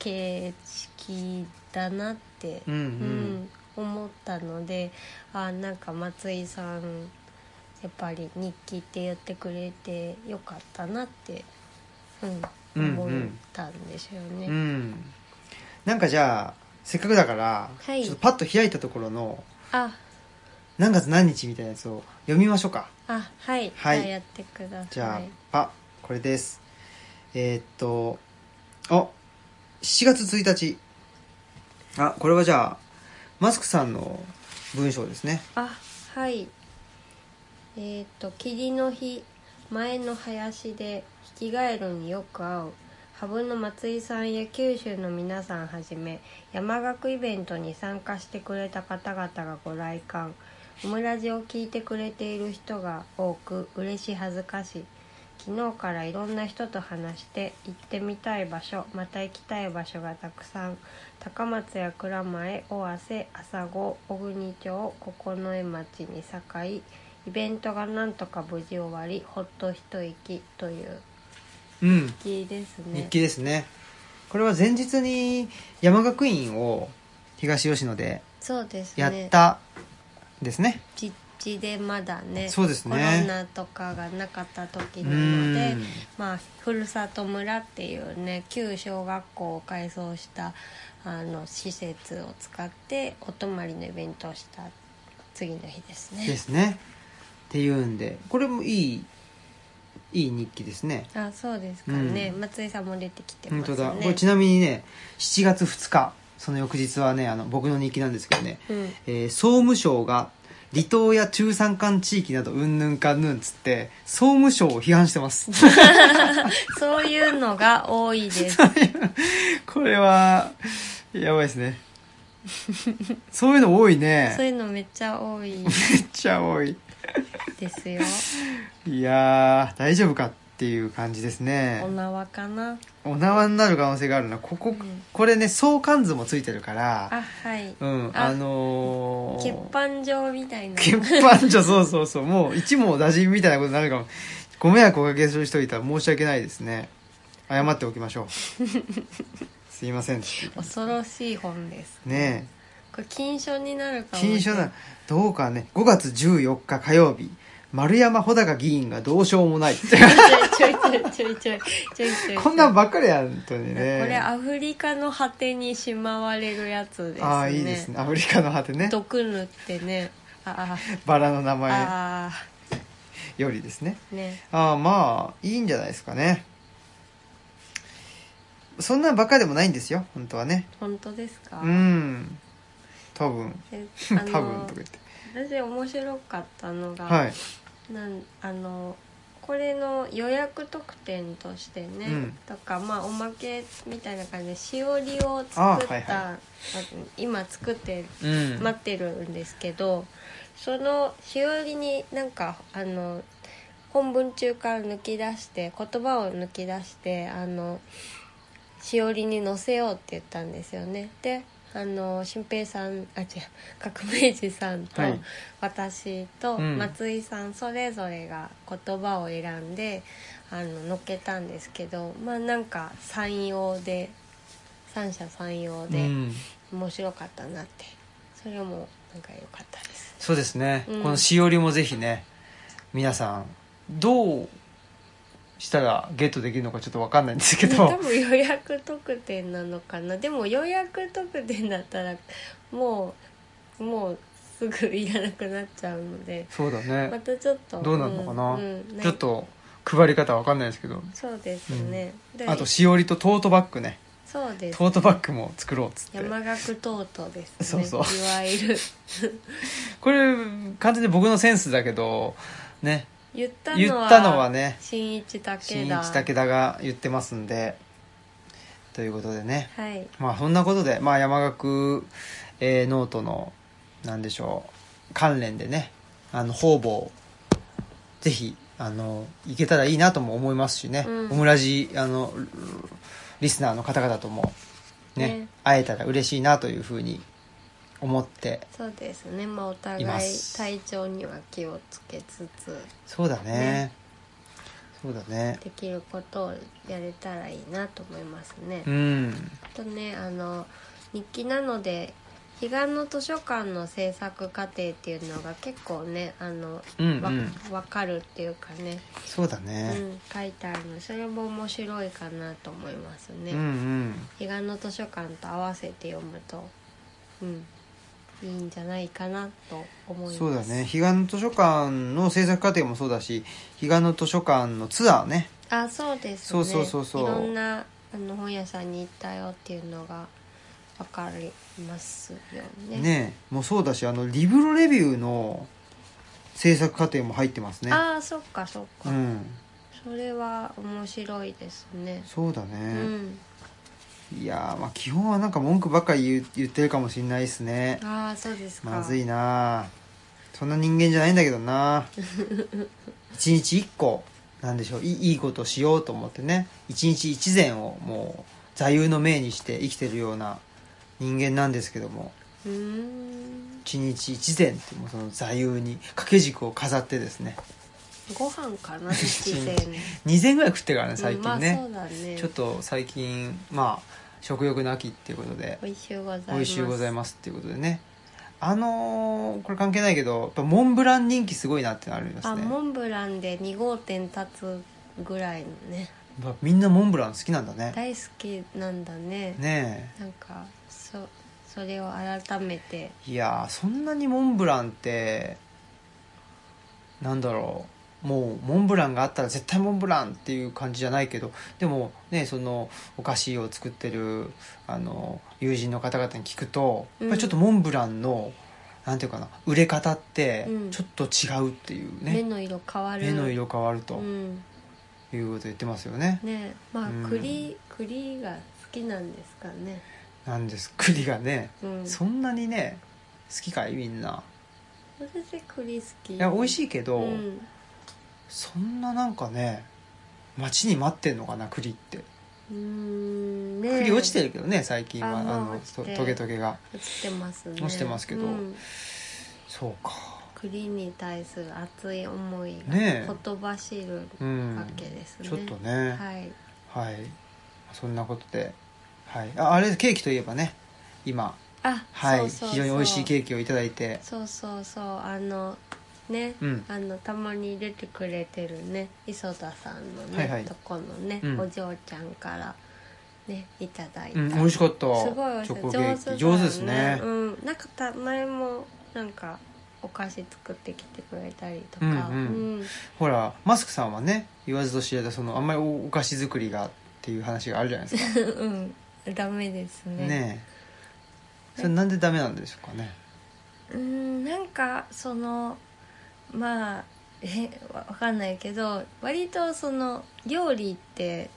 形式だなって
うんう
うんん、思ったのであなんか松井さんやっぱり日記って言ってくれてよかったなって、う、
うんんうん
思ったんですよね。
うんなんかじゃあせっかくだから、
はい
ちょっとパッと開いたところの
あ
何月何日みたいなやつを読みましょうか
あはい、
はい
じゃあやってください。
じゃあ、パこれですえーっとあ7月1日あこれはじゃあマスクさんの文章ですね
あはいえっ、と霧の日前の林で引き返るによく会う羽生の松井さんや九州の皆さんはじめ山岳イベントに参加してくれた方々がご来館オムラジを聞いてくれている人が多く嬉しい恥ずかしい昨日からいろんな人と話して行ってみたい場所また行きたい場所がたくさん高松や蔵前尾鷲朝子小国町九重町に栄イベントがなんとか無事終わりほっと一息という
うん
日記ですね
日記ですねこれは前日に山学院を東吉野で
そうですね
やったですね
実地でまだね
そうですね
コロナとかがなかった時なので
うん
まあ、ふるさと村っていうね旧小学校を改装したあの施設を使ってお泊まりのイベントをした次の日ですね
ですねっていうんでこれもいいいい日記ですね
あそうですかね、
うん
松井さんも出てきてま
本
すね
当だこれちなみにね7月2日その翌日はねあの僕の日記なんですけどね、
うん
えー総務省が離島や中山間地域などうんぬんかんぬんつって総務省を批判してます
そういうのが多い です
これはやばいですねそういうの多い
そう
ね
いうのめっちゃ多い
めっちゃ多い
です よ
いやー大丈夫かっていう感じですね
お縄かな
お縄になる可能性があるなここ、
ん
これね相関図もついてるから
あはい、
うん
あ
あの
欠
ー、
板状みたいな
欠板所そうそうそうもう一網打尽みたいなことになるかもご迷惑おかけする人いたら申し訳ないですね謝っておきましょう すいません
恐ろしい本です
ね
これ禁書になる
え
かもしれ
禁書などうかね5月14日火曜日丸山穂高議員がどうしようも ない
ちょいちょいちょいちょいちょいちょい
こんなんばっかりやんとに
こ
ね
れアフリカの果てにしまわれるやつですね
ああいいですねアフリカの果てね
毒塗ってねあ
バラの名
あ
前
あ
よりですね
あね
ああまあいいんじゃないですかねそんなバカでもないんですよ本当はね
本当ですか、
うん多分
えあ
多分と
の
か言って
私面白かったのが、
はい、
なんあのこれの予約特典としてね、
うん
とかまあおまけみたいな感じでしおりを作った
あはいは
今作って
うん
待ってるんですけど、そのしおりになんかあの本文中から抜き出して言葉を抜き出してあのしおりに載せようって言ったんですよねであの新平さんあ違う革命児さんと
はい
私と
うん
松井さんそれぞれが言葉を選んであの載っけたんですけどまあなんか三様で三者三様
う
で。
ん、
面白かったなってそれもなんか良かったです
そうですね、
うん
このしおりもぜひね皆さんどうしたらゲットできるのかちょっとわかんないんですけど
多分予約特典なのかなでも予約特典だったらもうもうすぐいらなくなっちゃうので
そうだ
ま
ね
たちょっと
どうなるのかな、
うんうん
ちょっと配り方わかんないですけど
そうですね、で
あとしおりとトートバッグね
そうですね、
トートバッグも作ろうっつって
山岳トートですね
そうそう
いわゆ る
これ完全に僕のセンスだけどね
言った
言
のは
ったのはね
新一武田
新一武田が言ってますんでということでね
はい
まあそんなことで、まあ、山岳、えーノートのなんでしょう関連でねあの方々ぜひあの行けたらいいなとも思いますしね、
うん
オムラジあのルリスナーの方々ともね
ね
会えたら嬉しいなというふうに思って
そうですねまあお互
いま
い
す
体調には気をつけつつ
そうだね
ね
そうだね
できることをやれたらいいなと思いますね。
うん
あとねあの日記なので彼岸の図書館の制作過程っていうのが結構ねあの、
うんうん
わわかるっていうかね、
そうだ
う
ね、
ん、書いてあるのそれも面白いかなと思いますね。
うんうん
彼岸の図書館と合わせて読むと、うん、いいんじゃないかなと思います。
そうだね彼岸の図書館の制作過程もそうだし彼岸の図書館のツアーね
あそうです
そう
ね
そうそうそう
いろんなあの本屋さんに行ったよっていうのがわかりますよね
ねもうそうだしあのリブロレビューの制作過程も入ってますね
ああそっかそっか、
うん
それは面白いですね
そうだ
う
ね、
ん
いやーまあ基本はなんか文句ばっかり言う言ってるかもしんないですね
ああそうですか
まずいなそんな人間じゃないんだけど な一日一個なんでしょういいいいことしようと思ってね一日一善をもう座右の銘にして生きてるような人間なんですけども
うーん
一日一善ってもうその座右に掛け軸を飾ってですね
ご飯か な一膳
2膳ぐらい食ってるからね最
うん
近
まあ
ね,、
そうだね
ちょっと最近まあ食欲の秋っていうことで
美味しゅうございます
美味しゅうございますっていうことでねあのーこれ関係ないけどやっぱモンブラン人気すごいなってのあります
あ
ね
モンブランで2号店立つぐらいのね
やっぱみんなモンブラン好きなんだね
大好きなんだね
ね
なんかそそれを改めて
えいやーそんなにモンブランってなんだろうもうモンブランがあったら絶対モンブランっていう感じじゃないけどでもねそのお菓子を作ってるあの友人の方々に聞くと
う
や
ん
っぱりちょっとモンブランの、なんていうかな売れ方って
うん
ちょっと違うっていうね、
目の色変わる
目の色変わると
うん
いうこと言ってますよね。
ねまあ、
うん
栗栗が好きなんですかね
なんです栗がね
うん
そんなにね好きかいみんな。
私栗好き
いや美味
い
しいけど、
うん、
そんななんかね待ちに待ってんのかな栗って
うーんね
栗落ちて
る
るけどね最近は
あ
あ
まあ
の
落ち
と
て
トゲトゲが
落ちてますね
落ちてますけど
うん
そうか
栗に対する熱い思いが
ねえ
言葉知る
うん
わけですね、
ちょっとね
はい
はい、そんなことで、はい、ああれケーキといえばね今
あ
はい
そうそうそう
非常に美味しいケーキをいただいて
そうそうそうあのね、
うん
あのたまに出てくれてるね磯田さんのね、
はいはい
とこのね、
うん
お嬢ちゃんからねいただいた、
うん、美味しかった
すごい美味し
チ
い
ョコケ
上手だ
ー
ね
キ上手ですね
うんなんかた前もなんかお菓子作ってきてくれたりとか、
うんうんほらマスクさんはね言わずと知れたそのあんまりおお菓子作りがっていう話があるじゃないですか
うん うんダメですね
ねえそれなんでダメなんでしょうかね
うんなんかそのまあえわわかんないけど割とその料理って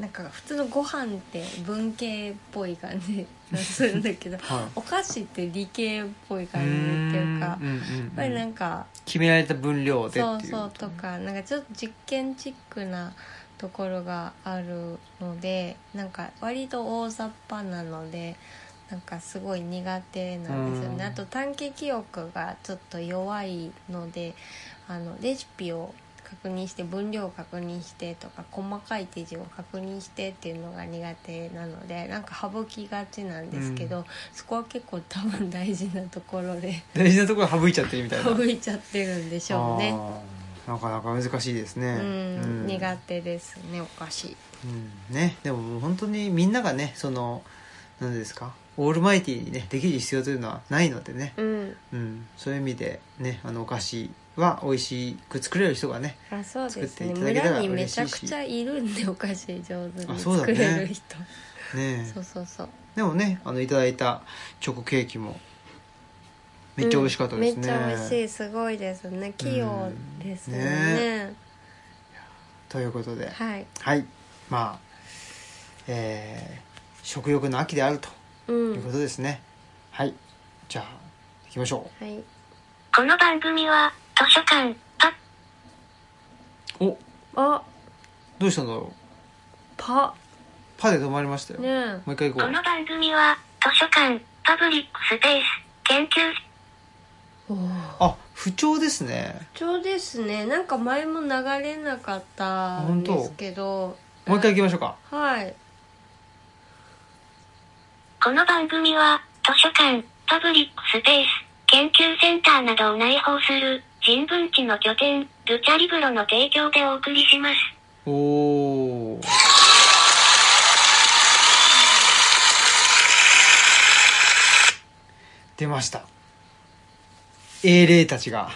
なんか普通のご飯って文系っぽい感じ がするんだけど
は
お菓子って理系っぽい
い
感じっていうかや
う
っ
んうんうん
ぱりなんか
決められた分量で
そ
っ
う
ていう
そうとかなんかちょっと実験チックなところがあるのでなんか割と大雑把なのでなんかすごい苦手なんですよね
うん
あと短期記憶がちょっと弱いのであのレシピを確認して分量を確認してとか細かい手順を確認してっていうのが苦手なのでなんか省きがちなんですけど、
う
そこは結構多分大事なところで
大事なところ省いちゃってるみたいな
省いちゃってるんでしょうね。
あーなかなか難しいですね
うん、
うん
苦手ですねお菓子
うんねでももう本当にみんながねその何ですかオールマイティーにねできる必要というのはないのでね、
うん
うん、そういう意味でねあのお菓子は美味しく作れる人がね
あそうです
作
ね
っていただけたら
村にめ
嬉しいし
ちゃくちゃいるんでお菓子上手
あ
に
そうだ
作
ね
れる人そう,、
ね
そうそう
でもねあのいただいたチョコケーキもめっちゃ美味しかったですね、
うんめっちゃ美味しいすごいですね器用ですよね,、
ということではい、
はい
まあえー食欲の秋であると
う
いうこ
ん
とですね、はいじゃあ行きましょ
はい
この番組は、図書館、パッ
うお
あ
どうしたんだろう
パ
パで止まりましたよ、
ねえ
もう一回行こ
この番組は、図書館、パブリックスペース、研究室、
おー
うあ不調ですね
ちょうですねなんか前も流れなかったん
本当
ですけど
もう一回行きましょうか
はい
この番組は、図書館、パブリックスペース、研究センターなどを内包する、人文地の拠点、ルチャリブロの提供でお送りします。
おおー出ました英霊たちが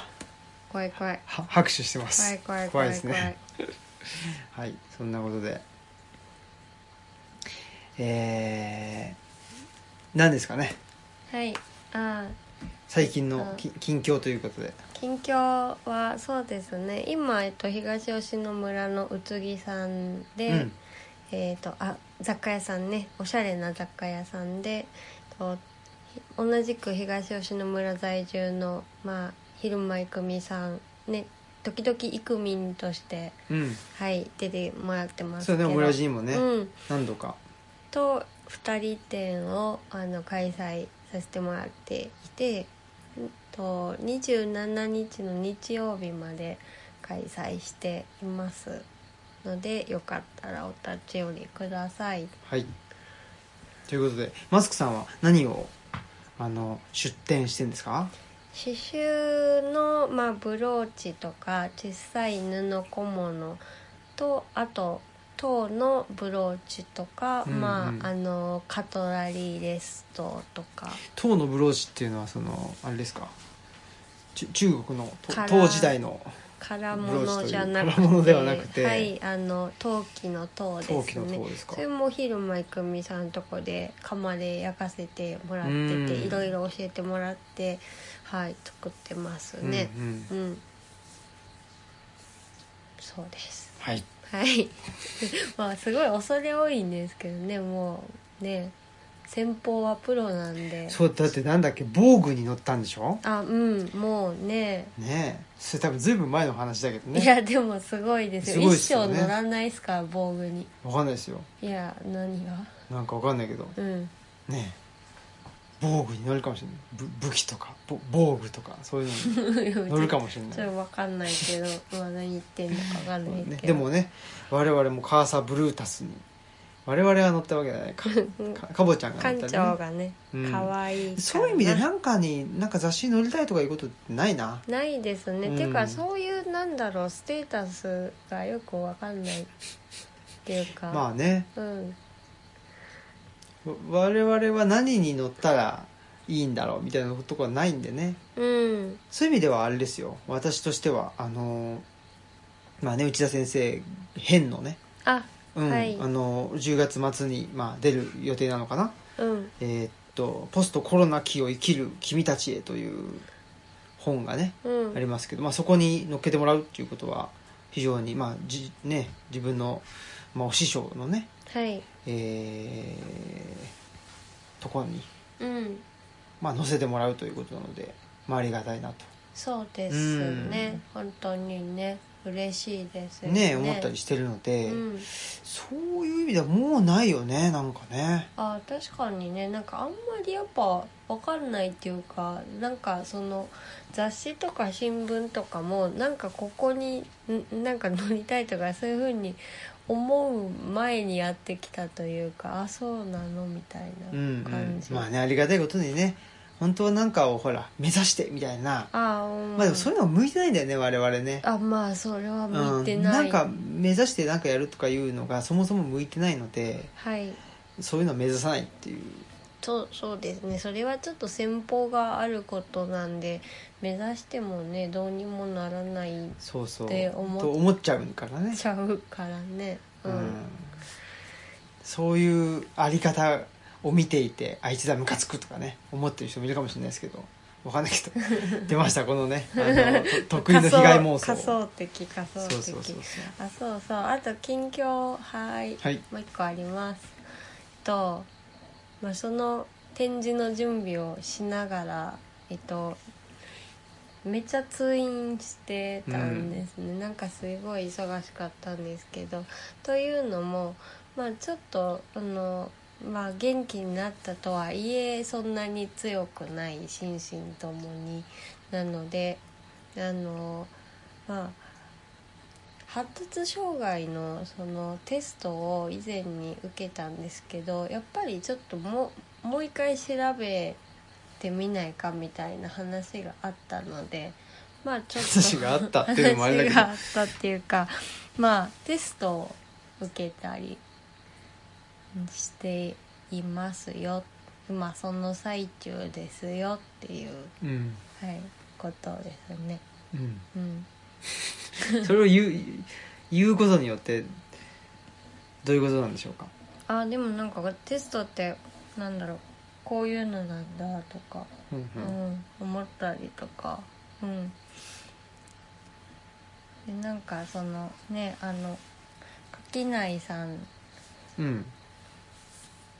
怖い怖い
は拍手してます
怖い怖い怖い怖い
ですねはいそんなことでえー、何ですかね
はいあー
最近のき近況ということで
近況はそうですね今、えっと、東吉野村の宇津木さんで、
うん
えっとあ雑貨屋さんねおしゃれな雑貨屋さんで、えっと、ひ同じく東吉野村在住の、まあ、昼間郁美さんね時々郁民として
うん
はい出てもらってます
そ
け
うね
ど
オムラジにもね、
うん、
何度か
と2人展をあの開催させてもらっていて、うんと、27日の日曜日まで開催していますのでよかったらお立ち寄りください
はいということでマスクさんは何をあの出展してんですか
刺繍の、まあ、ブローチとか小さい布小物とあと籐のブローチとか、
うんうん
まあ、あのカトラリーレストとか。
唐のブローチっていうのはそのあれですかちゅ中国の唐
カラー
唐時代の
空物じゃなくて
ブローチという空物ではなくて
はいあの陶器の陶で
陶器
す
の
ね
唐ですか
それも昼間郁美さんのとこで釜で焼かせてもらってて
うん
いろいろ教えてもらってはい作ってますね
うんうん
うん、そうです
はい
はい まあすごい恐れ多いんですけどねもうね先方はプロなんで
そうだってなんだっけ防具に乗ったんでしょ
あうんもうね
ねえそれ多分ずいぶん前の話だけど
い
ね
やでもすごいですよ
すごいっ
一
すよ
生
ね
乗らないですから防具に
わかんないですよ
いや何が
なんかわかんないけど
うん
ねえ防具に乗るかもしれないぶ武器とかぼ防具とかそういうのに 乗るかもしれない
ちょっと分かんないけどまあ何言ってんのか分かんないけど、
ねでもね我々もカーサ・ブルータスに我々は乗ったわけじゃない かかかぼちゃんが
館
乗った
長
ね
がね
うん
可愛いから
そういう意味でなんかになんか雑誌に載りたいとかいうことってないな
ないですね、
うん
ていうかそういうなんだろうステータスがよくわかんないっていうか、
まあね
うん
わ我々は何に乗ったらいいんだろうみたいなとこはないんでね
うん
そういう意味ではあれですよ私としてはあのーまあね内田先生編のね、
あ
うん
はい
あのー10月末に、まあ、出る予定なのかな
うん
えーっと「ポストコロナ期を生きる君たちへ」という本がね
う
あ
ん
りますけど、まあ、そこに乗っけてもらうっていうことは非常に、まあじね、自分の、まあ、お師匠のね、
はい
えーところに、
うん
まあ、載せてもらうということなので、まあ、ありがたいな
そうですね、本当にね嬉しいです
と、
よ
ね思ったりしてるので、
うん
そういう意味ではもうないよねなんかね。
あ確かにねなんかあんまりやっぱ分かんないっていうかなんかその雑誌とか新聞とかもなんかここにんなんか乗りたいとかそういう風に思う前にやってきたというかあそうなのみたいな
うんうん
感じ、
まあねありがたいことにね本当はなんかをほら目指してみたいな、
あ、うん、
まあでもそういうのは向いてないんだよね我々ね
あまあそれは
う
見
ん
てない、
んか目指してなんかやるとかいうのがそもそも向いてないので
はい
そういうのを目指さないっていう
そうそうですねそれはちょっと戦法があることなんで目指してもねどうにもならない
そうそう
って思っ
と思っちゃうからね、
ちゃうからね
うんそういうあり方を見ていてあいつだムカつくとかね思ってる人もいるかもしれないですけどわかんないけ ど出ましたこのねあのと 得意の被害妄想
仮想的仮
そ
想
う
的
そうそうそう
あそうそうあと近況はい
はい
もう一個ありますと、まあ、その展示の準備をしながらえっとめっちゃ通院してたんですね、なんかすごい忙しかったんですけどというのもまあちょっとあのまあ元気になったとはいえそんなに強くない心身ともになのであのまあ発達障害のそのテストを以前に受けたんですけどやっぱりちょっともうもう一回調べてみないかみたいな話があったのでまあちょっと
話があったっていうのもあれだけど
話があったっていうかまあテストを受けたりしていますよ今その最中ですよっていう、
うん
はい、ことですね。
うん
うん
それを言う言うことによってどういうことなんでしょうか
あでもなんかテストってなんだろうこういうのなんだとか、
うんう
うんん、思ったりとかうんでなんかそのねあの垣内さん、
うん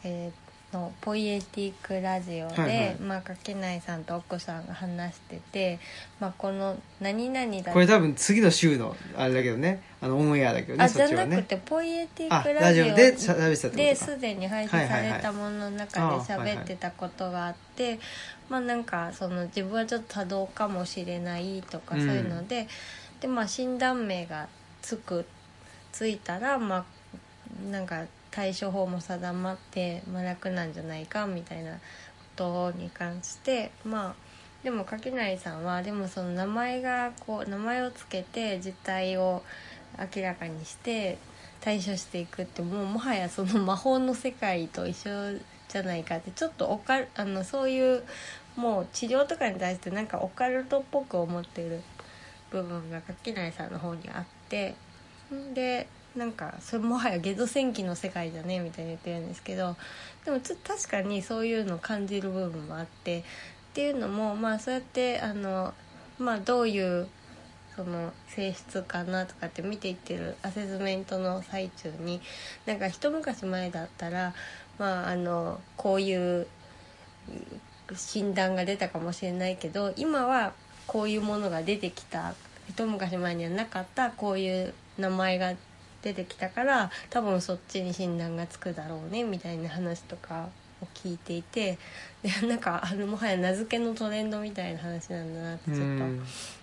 えーのポイエティックラジオで、
はいはい
まあ、垣内さんと奥さんが話してて、まあ、この「何々だ」
これ多分次の週のあれだけどねあのオンエアだけどね
あじ
そっ
ゃ
ちは
なく
ね
てポイエティッ
あ
ク
ラ
ラ
ジ
ジ
オ
オ
でさ喋ってたってことか
ですでに配信されたものの中で
はいはいはい
喋ってたことがあって、まあなんかその自分はちょっと多動かもしれないとか
う
そ
ん
ういうので、でまあ診断名がつくついたらまあなんか対処法も定まって、まあ、楽なんじゃないかみたいなことに関してまあでも垣内さんはでもその名前がこう名前をつけて実態を明らかにして対処していくってもうもはやその魔法の世界と一緒じゃないかってちょっとオカルあのそういうもう治療とかに対してなんかオカルトっぽく思ってる部分が垣内さんの方にあってんでなんかそれもはやゲド戦記の世界だねみたいに言ってるんですけどでもちょっと確かにそういうのを感じる部分もあってっていうのもまあそうやってあの、まあ、どういうその性質かなとかって見ていってるアセスメントの最中になんか一昔前だったら、まあ、あのこういううん診断が出たかもしれないけど今はこういうものが出てきた一昔前にはなかったこういう名前が出てきたから多分そっちに診断がつくだろうねみたいな話とかを聞いていてでなんかあのもはや名付けのトレンドみたいな話なんだなって
う
ちょっと。
ん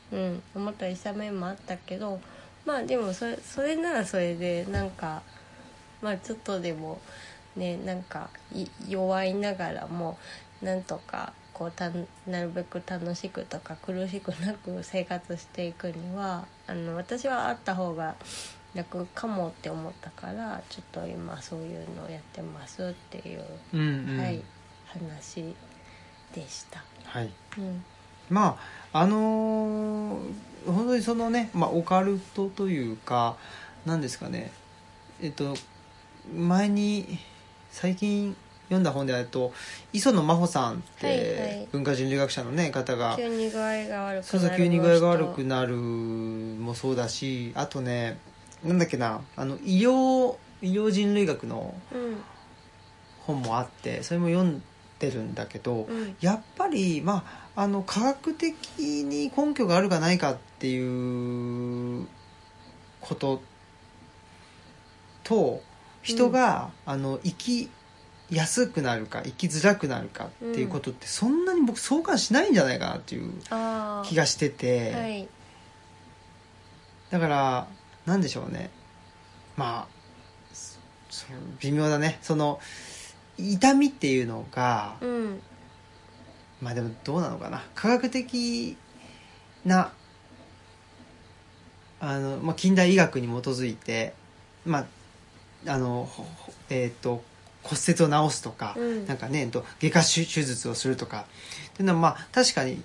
うん、思ったりした面もあったけどまあでもそれそれならそれでなんかまあちょっとでもねなんかい弱いながらもなんとかこうたなるべく楽しくとか苦しくなく生活していくにはあの私はあった方が楽かもって思ったからちょっと今そういうのをやってますっていう、
うんうん
はい、話でした。
はい
うん
まああのー本当にそのね、まあ、オカルトというか何ですかねえっと前に最近読んだ本であると磯野真帆さんっ
はいは
て
い
文化人類学者の、ね、方が
急に具合が悪く
そう
な
そう
る
急に具合が悪くなるもそうだしあとねなんだっけなあの医療医療人類学の
うん
本もあってそれも読んでるんだけど、
うん
やっぱり、まあ、あの科学的に根拠があるかないかっていうことと人が、あの生きやすくなるか生きづらくなるかっていうことって、そんなに僕相関しないんじゃないかなっていう
あ
気がしてて、
ーはい
だからなんでしょうねまあそそ微妙だねその痛みっていうのが、
うん
まあでもどうなのかな科学的なあの、まあ、近代医学に基づいて、まああのほほえー、と骨折を治すとか、
うん
なんかねえっと外科手手術をするとかっていうのはまあ確かに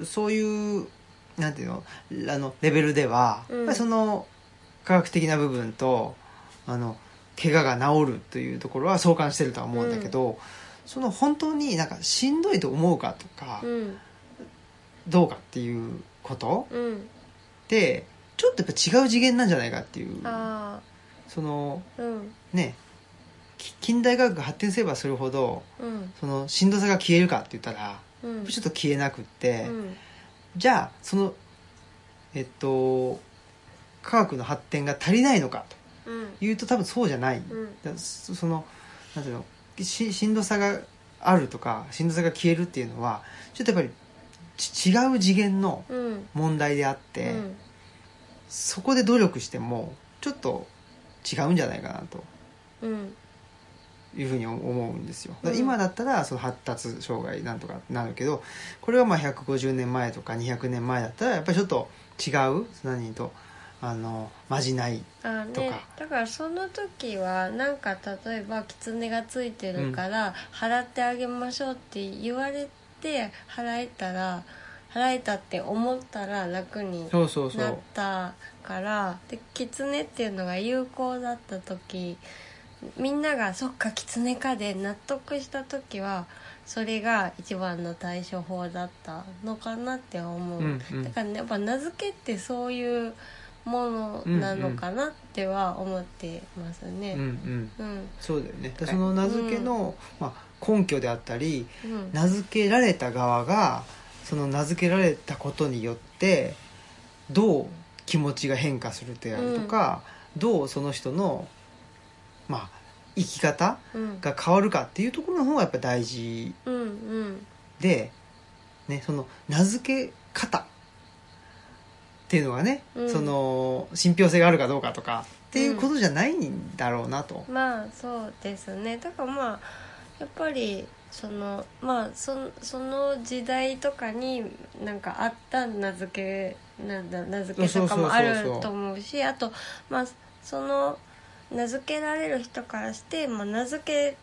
うそういうなんていうのあのレベルでは、
うん
やっぱりその科学的な部分とあの怪我が治るというところは相関してるとは思うんだけど、その本当になんかしんどいと思うかとか、
うん
どうかっていうこと
うん
でちょっとやっぱ違う次元なんじゃないかっていう
あ
その
あうん
ねき近代科学が発展すればするほど
うん
そのしんどさが消えるかって言ったら
うん
ちょっと消えなくって、
うん
じゃあそのえっと科学の発展が足りないのか
うん
というと多分そうじゃない、
うん
だそそのなんていうのししんどさがあるとかしんどさが消えるっていうのはちょっとやっぱりち違う次元の
うん
問題であって、
うん
そこで努力してもちょっと違うんじゃないかなと
うん
いうふうに思うんですよ。だから
うん
今だったらその発達障害なんとかなるけどこれはまあ150年前とか200年前だったらやっぱりちょっと違う何とあのまじない
あー
と
ね
か、
だからその時はなんか例えば狐がついてるから払ってあげましょうって言われて払えたら払えたって思ったら楽に
そうそうそ
なっ
う
たからで狐っていうのが有効だった時みんなが「そっか狐か」で納得した時はそれが一番の対処法だったのかなって思う、
うんうん
だからねやっぱ名付けってそういうものなのかなっては思ってますね。
うんうん
うん
そうだよねだからその名付けの、まあ、根拠であったり
うん
名付けられた側がその名付けられたことによってどう気持ちが変化するであるとか、どうその人のまあ生き方
うん
が変わるかっていうところの方がやっぱ大事
うんうん
で、ね、その名付け方っていうのがね、
うん
その信憑性があるかどうかとかっていうことじゃないんだろうなと。
まあそうですねだからまあやっぱりそのまあそその時代とかになんかあった名付けなんだ名付けとかもあると思うしあとまあその名付けられる人からして、まあ、名付け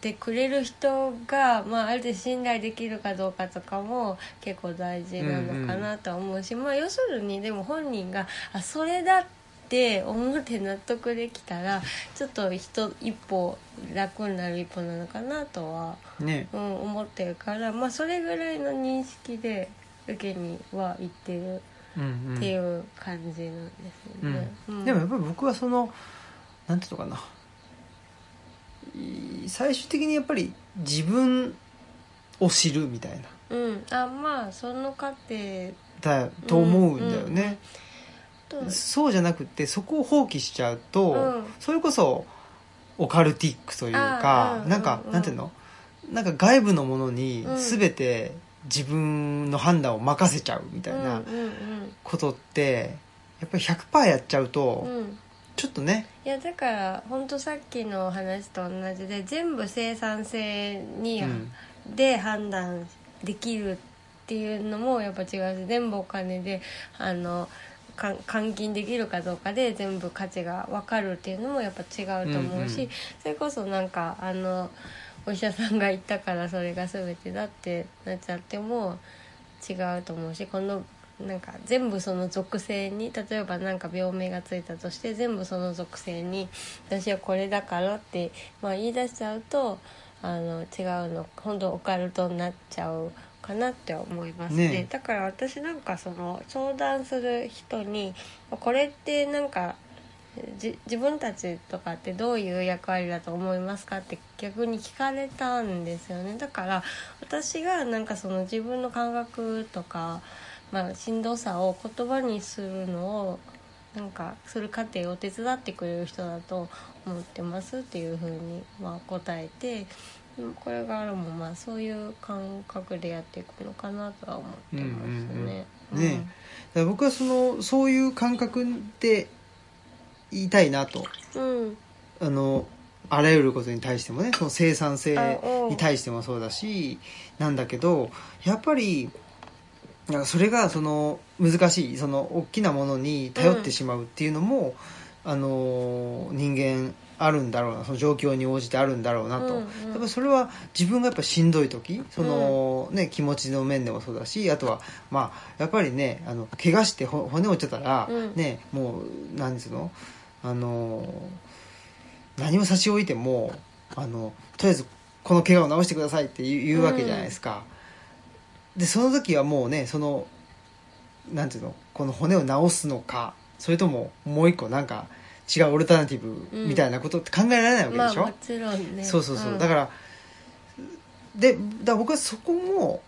てくれる人が、まあ、ある程度信頼できるかどうかとかも結構大事なのかなとは思うし、まあ、要するにでも本人があそれだって思って納得できたらちょっと人一歩楽になる一歩なのかなとは、
ね
うん、思ってるから、まあ、それぐらいの認識で受けにはいってる
うんうん
っていう感じなんですよね。
う
うんん
でもやっぱり僕はそのなんていうのかない最終的にやっぱり自分を知るみたいな
うん、あまあその過程
だと思うんだよね、
と
そうじゃなくてそこを放棄しちゃうと、
うん
それこそオカルティックというか、
あーうん
なんか、
うん
なんていうのなんか外部のものに
うん
全て自分の判断を任せちゃうみたいな
うんうん
ことってやっぱり100%やっちゃうと
うん
ちちょっとね
いやだから本当さっきのお話と同じで全部生産性に、
うん
で判断できるっていうのもやっぱ違うし全部お金であのか換金できるかどうかで全部価値が分かるっていうのもやっぱ違うと思うし、
うんうん
それこそなんかあのお医者さんが言ったからそれが全てだってなっちゃっても違うと思うしこのなんか全部その属性に例えばなんか病名がついたとして全部その属性に私はこれだからって、まあ、言い出しちゃうとあの違うの本当オカルトになっちゃうかなって思いますね
ね
だから私なんかその相談する人にこれってなんかじ自分たちとかってどういう役割だと思いますかって逆に聞かれたんですよねだから私がなんかその自分の感覚とか、まあ、しんどさを言葉にするのをなんかする過程を手伝ってくれる人だと思ってますっていうふうにまあ答えてうんこれからもまあそういう感覚でやっていくのかなとは思ってますね。
うんうんうんねだから僕はそのそういう感覚で言いたいなと
うん
あのあらゆることに対してもねその生産性
あうん
に対してもそうだしなんだけどやっぱりなんかそれがその難しいその大きなものに頼ってしまうっていうのも、あの人間あるんだろうなその状況に応じてあるんだろうなと、
うんうん
やっぱりそれは自分がやっぱしんどい時その、ね、気持ちの面でもそうだしあとは、まあ、やっぱりねあの怪我してほ骨折っちゃったら、
うん
ね、もうなんつうのあの何も差し置いてもあのとりあえずこの怪我を治してくださいって言う言うわけじゃないですか、でその時はもうねそのなんていうのこの骨を治すのかそれとももう一個なんか違うオルタナティブみたいなことって考えられないわけ
ま
で
あ
しょ、
もちろんね
そうそうそう、
ん
だからでだから僕はそこもも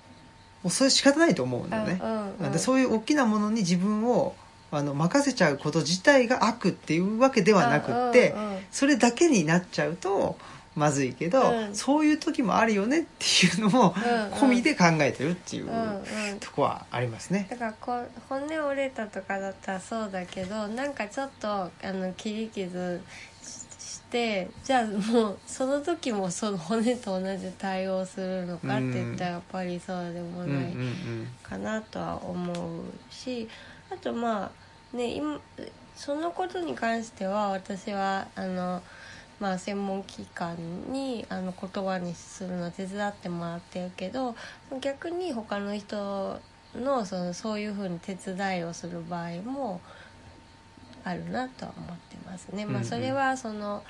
うそれ仕方ないと思うんだよね、
あうんうん
でそういう大きなものに自分をあの任せちゃうこと自体が悪っていうわけではなくって、
あうんうん
それだけになっちゃうとまずいけど、
うん
そういう時もあるよねっていうのも
うんうん
込みで考えてるっていう
うんうん
とこはありますね。
だからこう骨折れたとかだったらそうだけどなんかちょっとあの切り傷ししてじゃあもうその時もその骨と同じ対応するのかって言ったらやっぱりそうでも
う
ない
ん
かなとは思うしあとまあね今そのことに関しては私はあの、まあ、専門機関にあの言葉にするのは手伝ってもらってるけど逆に他の人のそのそういうふうに手伝いをする場合もあるなとは思ってますね。ま
うんう
あ、
ん
それはその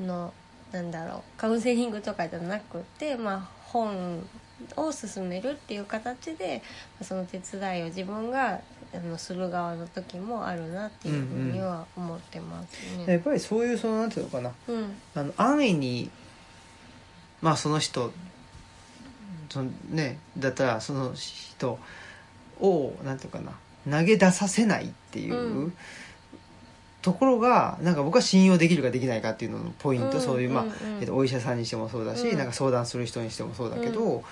のなんだろうカウンセリングとかじゃなくて、まあ、本を進めるっていう形でその手伝いを自分があのする側の時もあるなっていうふうには思ってます
うんや
ね。
っぱりそういうそのなんていうのかな
うん
あの安易にまあその人そのねだったらその人をなんていうかな投げ出させないっていう、
うん
ところがなんか僕は信用できるかできないかっていうののポイント、
うん
そういうまあ、
うんうん
えっとお医者さんにしてもそうだし、
うん
なんか相談する人にしてもそうだけど、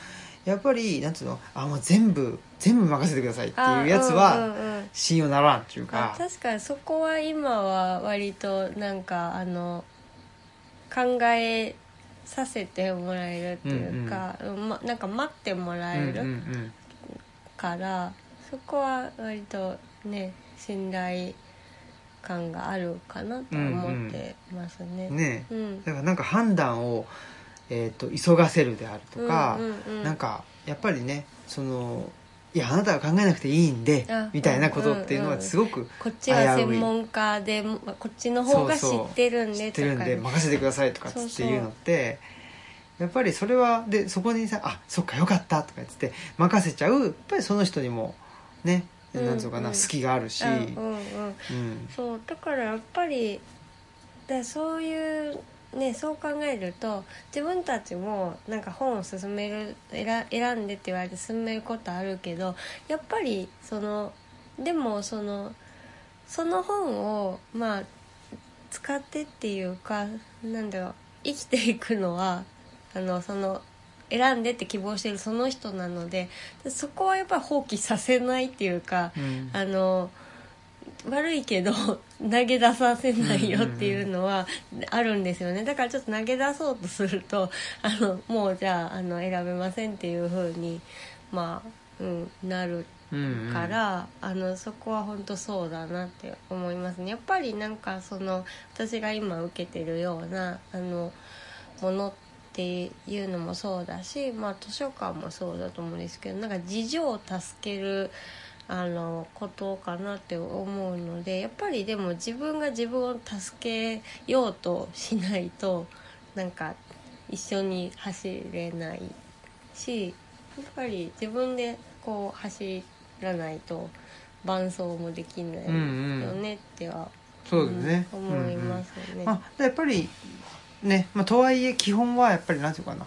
やっぱりなんていうのあもう全部全部任せてくださいっていうやつ
あう
は
んうんうん
信用ならんっていう
あ
か。
確かにそこは今は割となんかあの考えさせてもらえるっていうか、うんま、なんか待ってもらえ
うんうん
る
うん
から、そこは割とね信頼感があるかなとは思ってますね。
ね
うんうん
だからなんか判断を、えー、と急がせるであるとか、
うんうん
なんかやっぱりねそのいやあなたは考えなくていいんで
あ
みたいなことっていうの
うんうんう
は
ん
すごく
こっちは専門家でこっちの方が知ってるん
知
で
ってるんで
とか
任せてくださいとかっ
そ
つ
う
って
そう
いうのってやっぱりそれはでそこにさ「あそっかよかった」とかっつって任せちゃうやっぱりその人にもね
うん
なんつうのかな、
うん
隙があるし、
うんうんうん
うん
そうだからやっぱりだそういうねそう考えると自分たちもなんか本を進める選選んでって言われて進めることあるけどやっぱりそのでもそのその本をまあ使ってっていうかなんだろう生きていくのはあのその選んでって希望してるその人なのでそこはやっぱり放棄させないっていうか、
うん
あの悪いけど 投げ出させないよっていうのはあるんですよねだからちょっと投げ出そうとするとあのもうじゃああの選べませんっていうふうに、まあうん、なる
うんうん
から、あのそこは本当そうだなって思いますねやっぱりなんかその私が今受けてるようなあのものっていうのもそうだし、まあ、図書館もそうだと思うんですけどなんか事情を助けるあのことかなって思うのでやっぱりでも自分が自分を助けようとしないとなんか一緒に走れないしやっぱり自分でこう走らないと伴走もできないよねっては、
そうですね、
うん思いますよね。
うんうんまあ、やっぱりね、まあ、とはいえ基本はやっぱりなんていうかな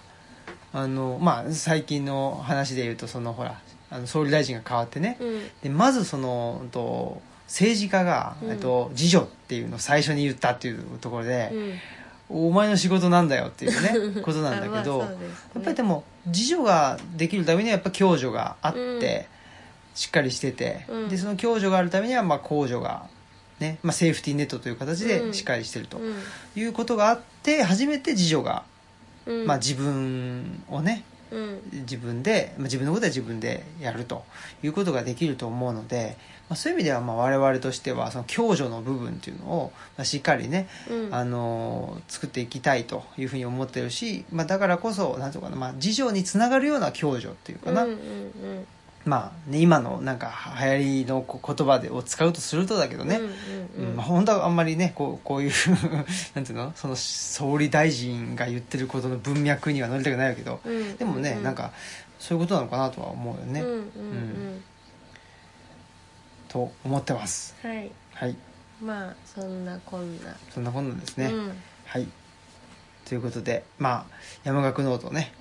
あの、まあ、最近の話で言うとそのほらあの総理大臣が変わってね、
うん
でまずそのうんと政治家が、
うん
えっと「次女」っていうのを最初に言ったっていうところ
う
で
ん
「お前の仕事なんだよ」っていう ねことなんだけど、
あまあそうですね
やっぱりでも次女ができるためにはやっぱ共助があって、
うん
しっかりしてて、
うん
でその共助があるためにはまあ公助が、ねまあ、セーフティーネットという形
う
で
ん
しっかりしてると
うん
いうことがあって初めて次女が、
うん
まあ、自分をね
うん
自分で、まあ、自分のことは自分でやるということができると思うので、まあ、そういう意味ではまあ我々としてはその共助の部分っていうのをまあしっかりね、
うん
あのー作っていきたいというふうに思ってるし、まあ、だからこそ何ていうのかな、まあ、事情につながるような共助っていうかな、
うんうん
まあね、今のなんか流行りのこ言葉でを使うとするとだけど
うん
ね、
う
うん
うんん
まあ、本当はあんまりねこうこう いうなんていうのその総理大臣が言ってることの文脈には乗りたくないけど、
うん
でもね、
う
なんかそういうことなのかなとは思うよね、
うんうん
と思ってます
うんはい
はい
まあそんなこんな
そんなことなんですね、
うん
はいということでまあ山岳ノートね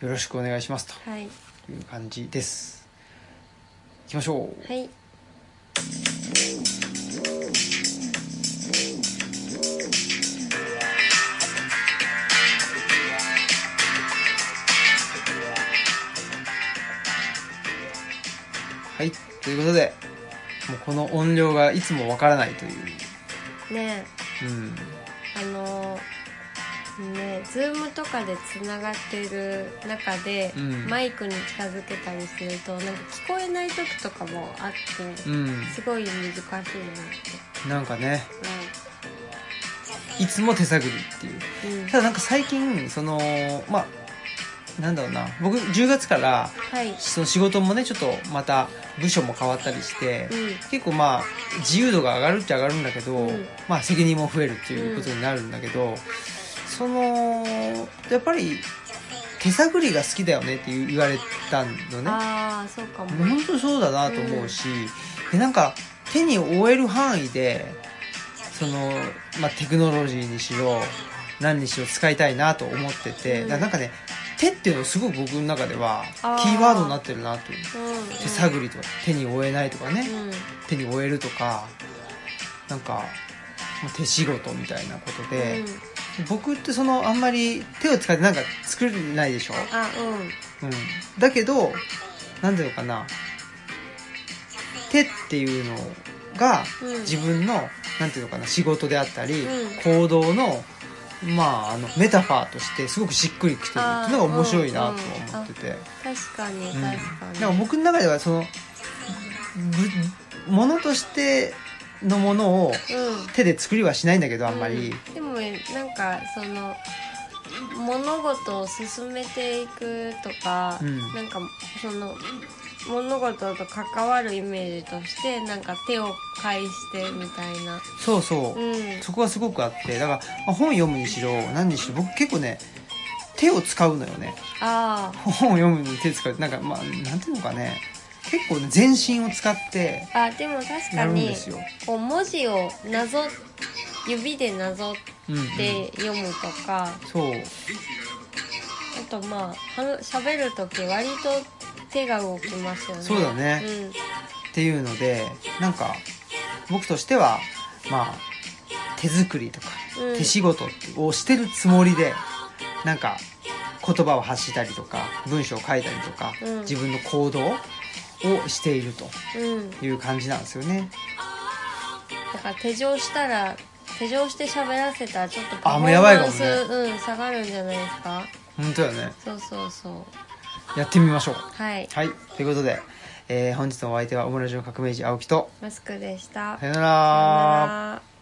よろしくお願いします
はい
という感じですいきましょう
はい
はい、ということでもうこの音量がいつもわからないという
ねえ
うん
あのねズームとかでつながってる中で、
うん
マイクに近づけたりするとなんか聞こえない時とかもあって、
う
すごい難しいなって、
んなんかねいつも手探りっていう
うんうん、
ただなんか最近そのまあなんだろうな僕10月から
はい、うん、
その仕事もねちょっとまた部署も変わったりして、結構まあ自由度が上がるっちゃ上がるんだけど、
うん
まあ責任も増えるっていうことになるんだけど、そのやっぱり手探りが好きだよねって言われたのね
ああそうかも、
本当にそうだなと思うし、でなんか手に負える範囲でその、まあ、テクノロジーにしろ何にしろ使いたいなと思ってて、
うん
だからなんかね手っていうのすごく僕の中では
あー
キーワードになってるなという
うん、
手探りとか手に負えないとかね、
うん
手に負えるとかなんかもう手仕事みたいなことで、
うん、
僕ってそのあんまり手を使ってなんか作れないでしょ、
あうん
うん、だけど何ていうのかな手っていうのが
うん
自分の何ていうのかな仕事であったり、
うん
行動のまああのメタファーとしてすごくしっくりきてるっていうのが面白いなと思ってて、
確かに
う
確
ん
かに、
だから僕の中ではそのぶものとしてのものを
うん
手で作りはしないんだけどあんまり、
うんでもなんかその物事を進めていくとか、
うん
なんかその物事と関わるイメージとしてなんか手を介してみたいな
そうそう、
うん
そこがすごくあってだからまあ本読むにしろ何にしろ僕結構ね手を使うのよね
あ
本を読むのに手使うってなんかまあなんていうのかね結構ね全身を使って
ああでも確
や
か
るん
に
ですよ、
こう文字をなぞ指でなぞ
うんうん
って読むとか、
そう
あとまあは喋る時割と手が動きますよね
そうだね
うん
っていうのでなんか僕としてはまあ手作りとか、
うん
手仕事をしてるつもりでなんか言葉を発したりとか文章を書いたりとか、
うん
自分の行動をしていると
うん
いう感じなんですよね
だから手錠したら手錠して喋らせたらちょっと
あもうやばいかもね
パフォーマンスうん、下がるんじゃないですか
本当だね
そうそうそう
やってみましょう
はい
はいということで、えー本日のお相手はオムラジオ革命児青木と
マスクでした
さよなら
さよなら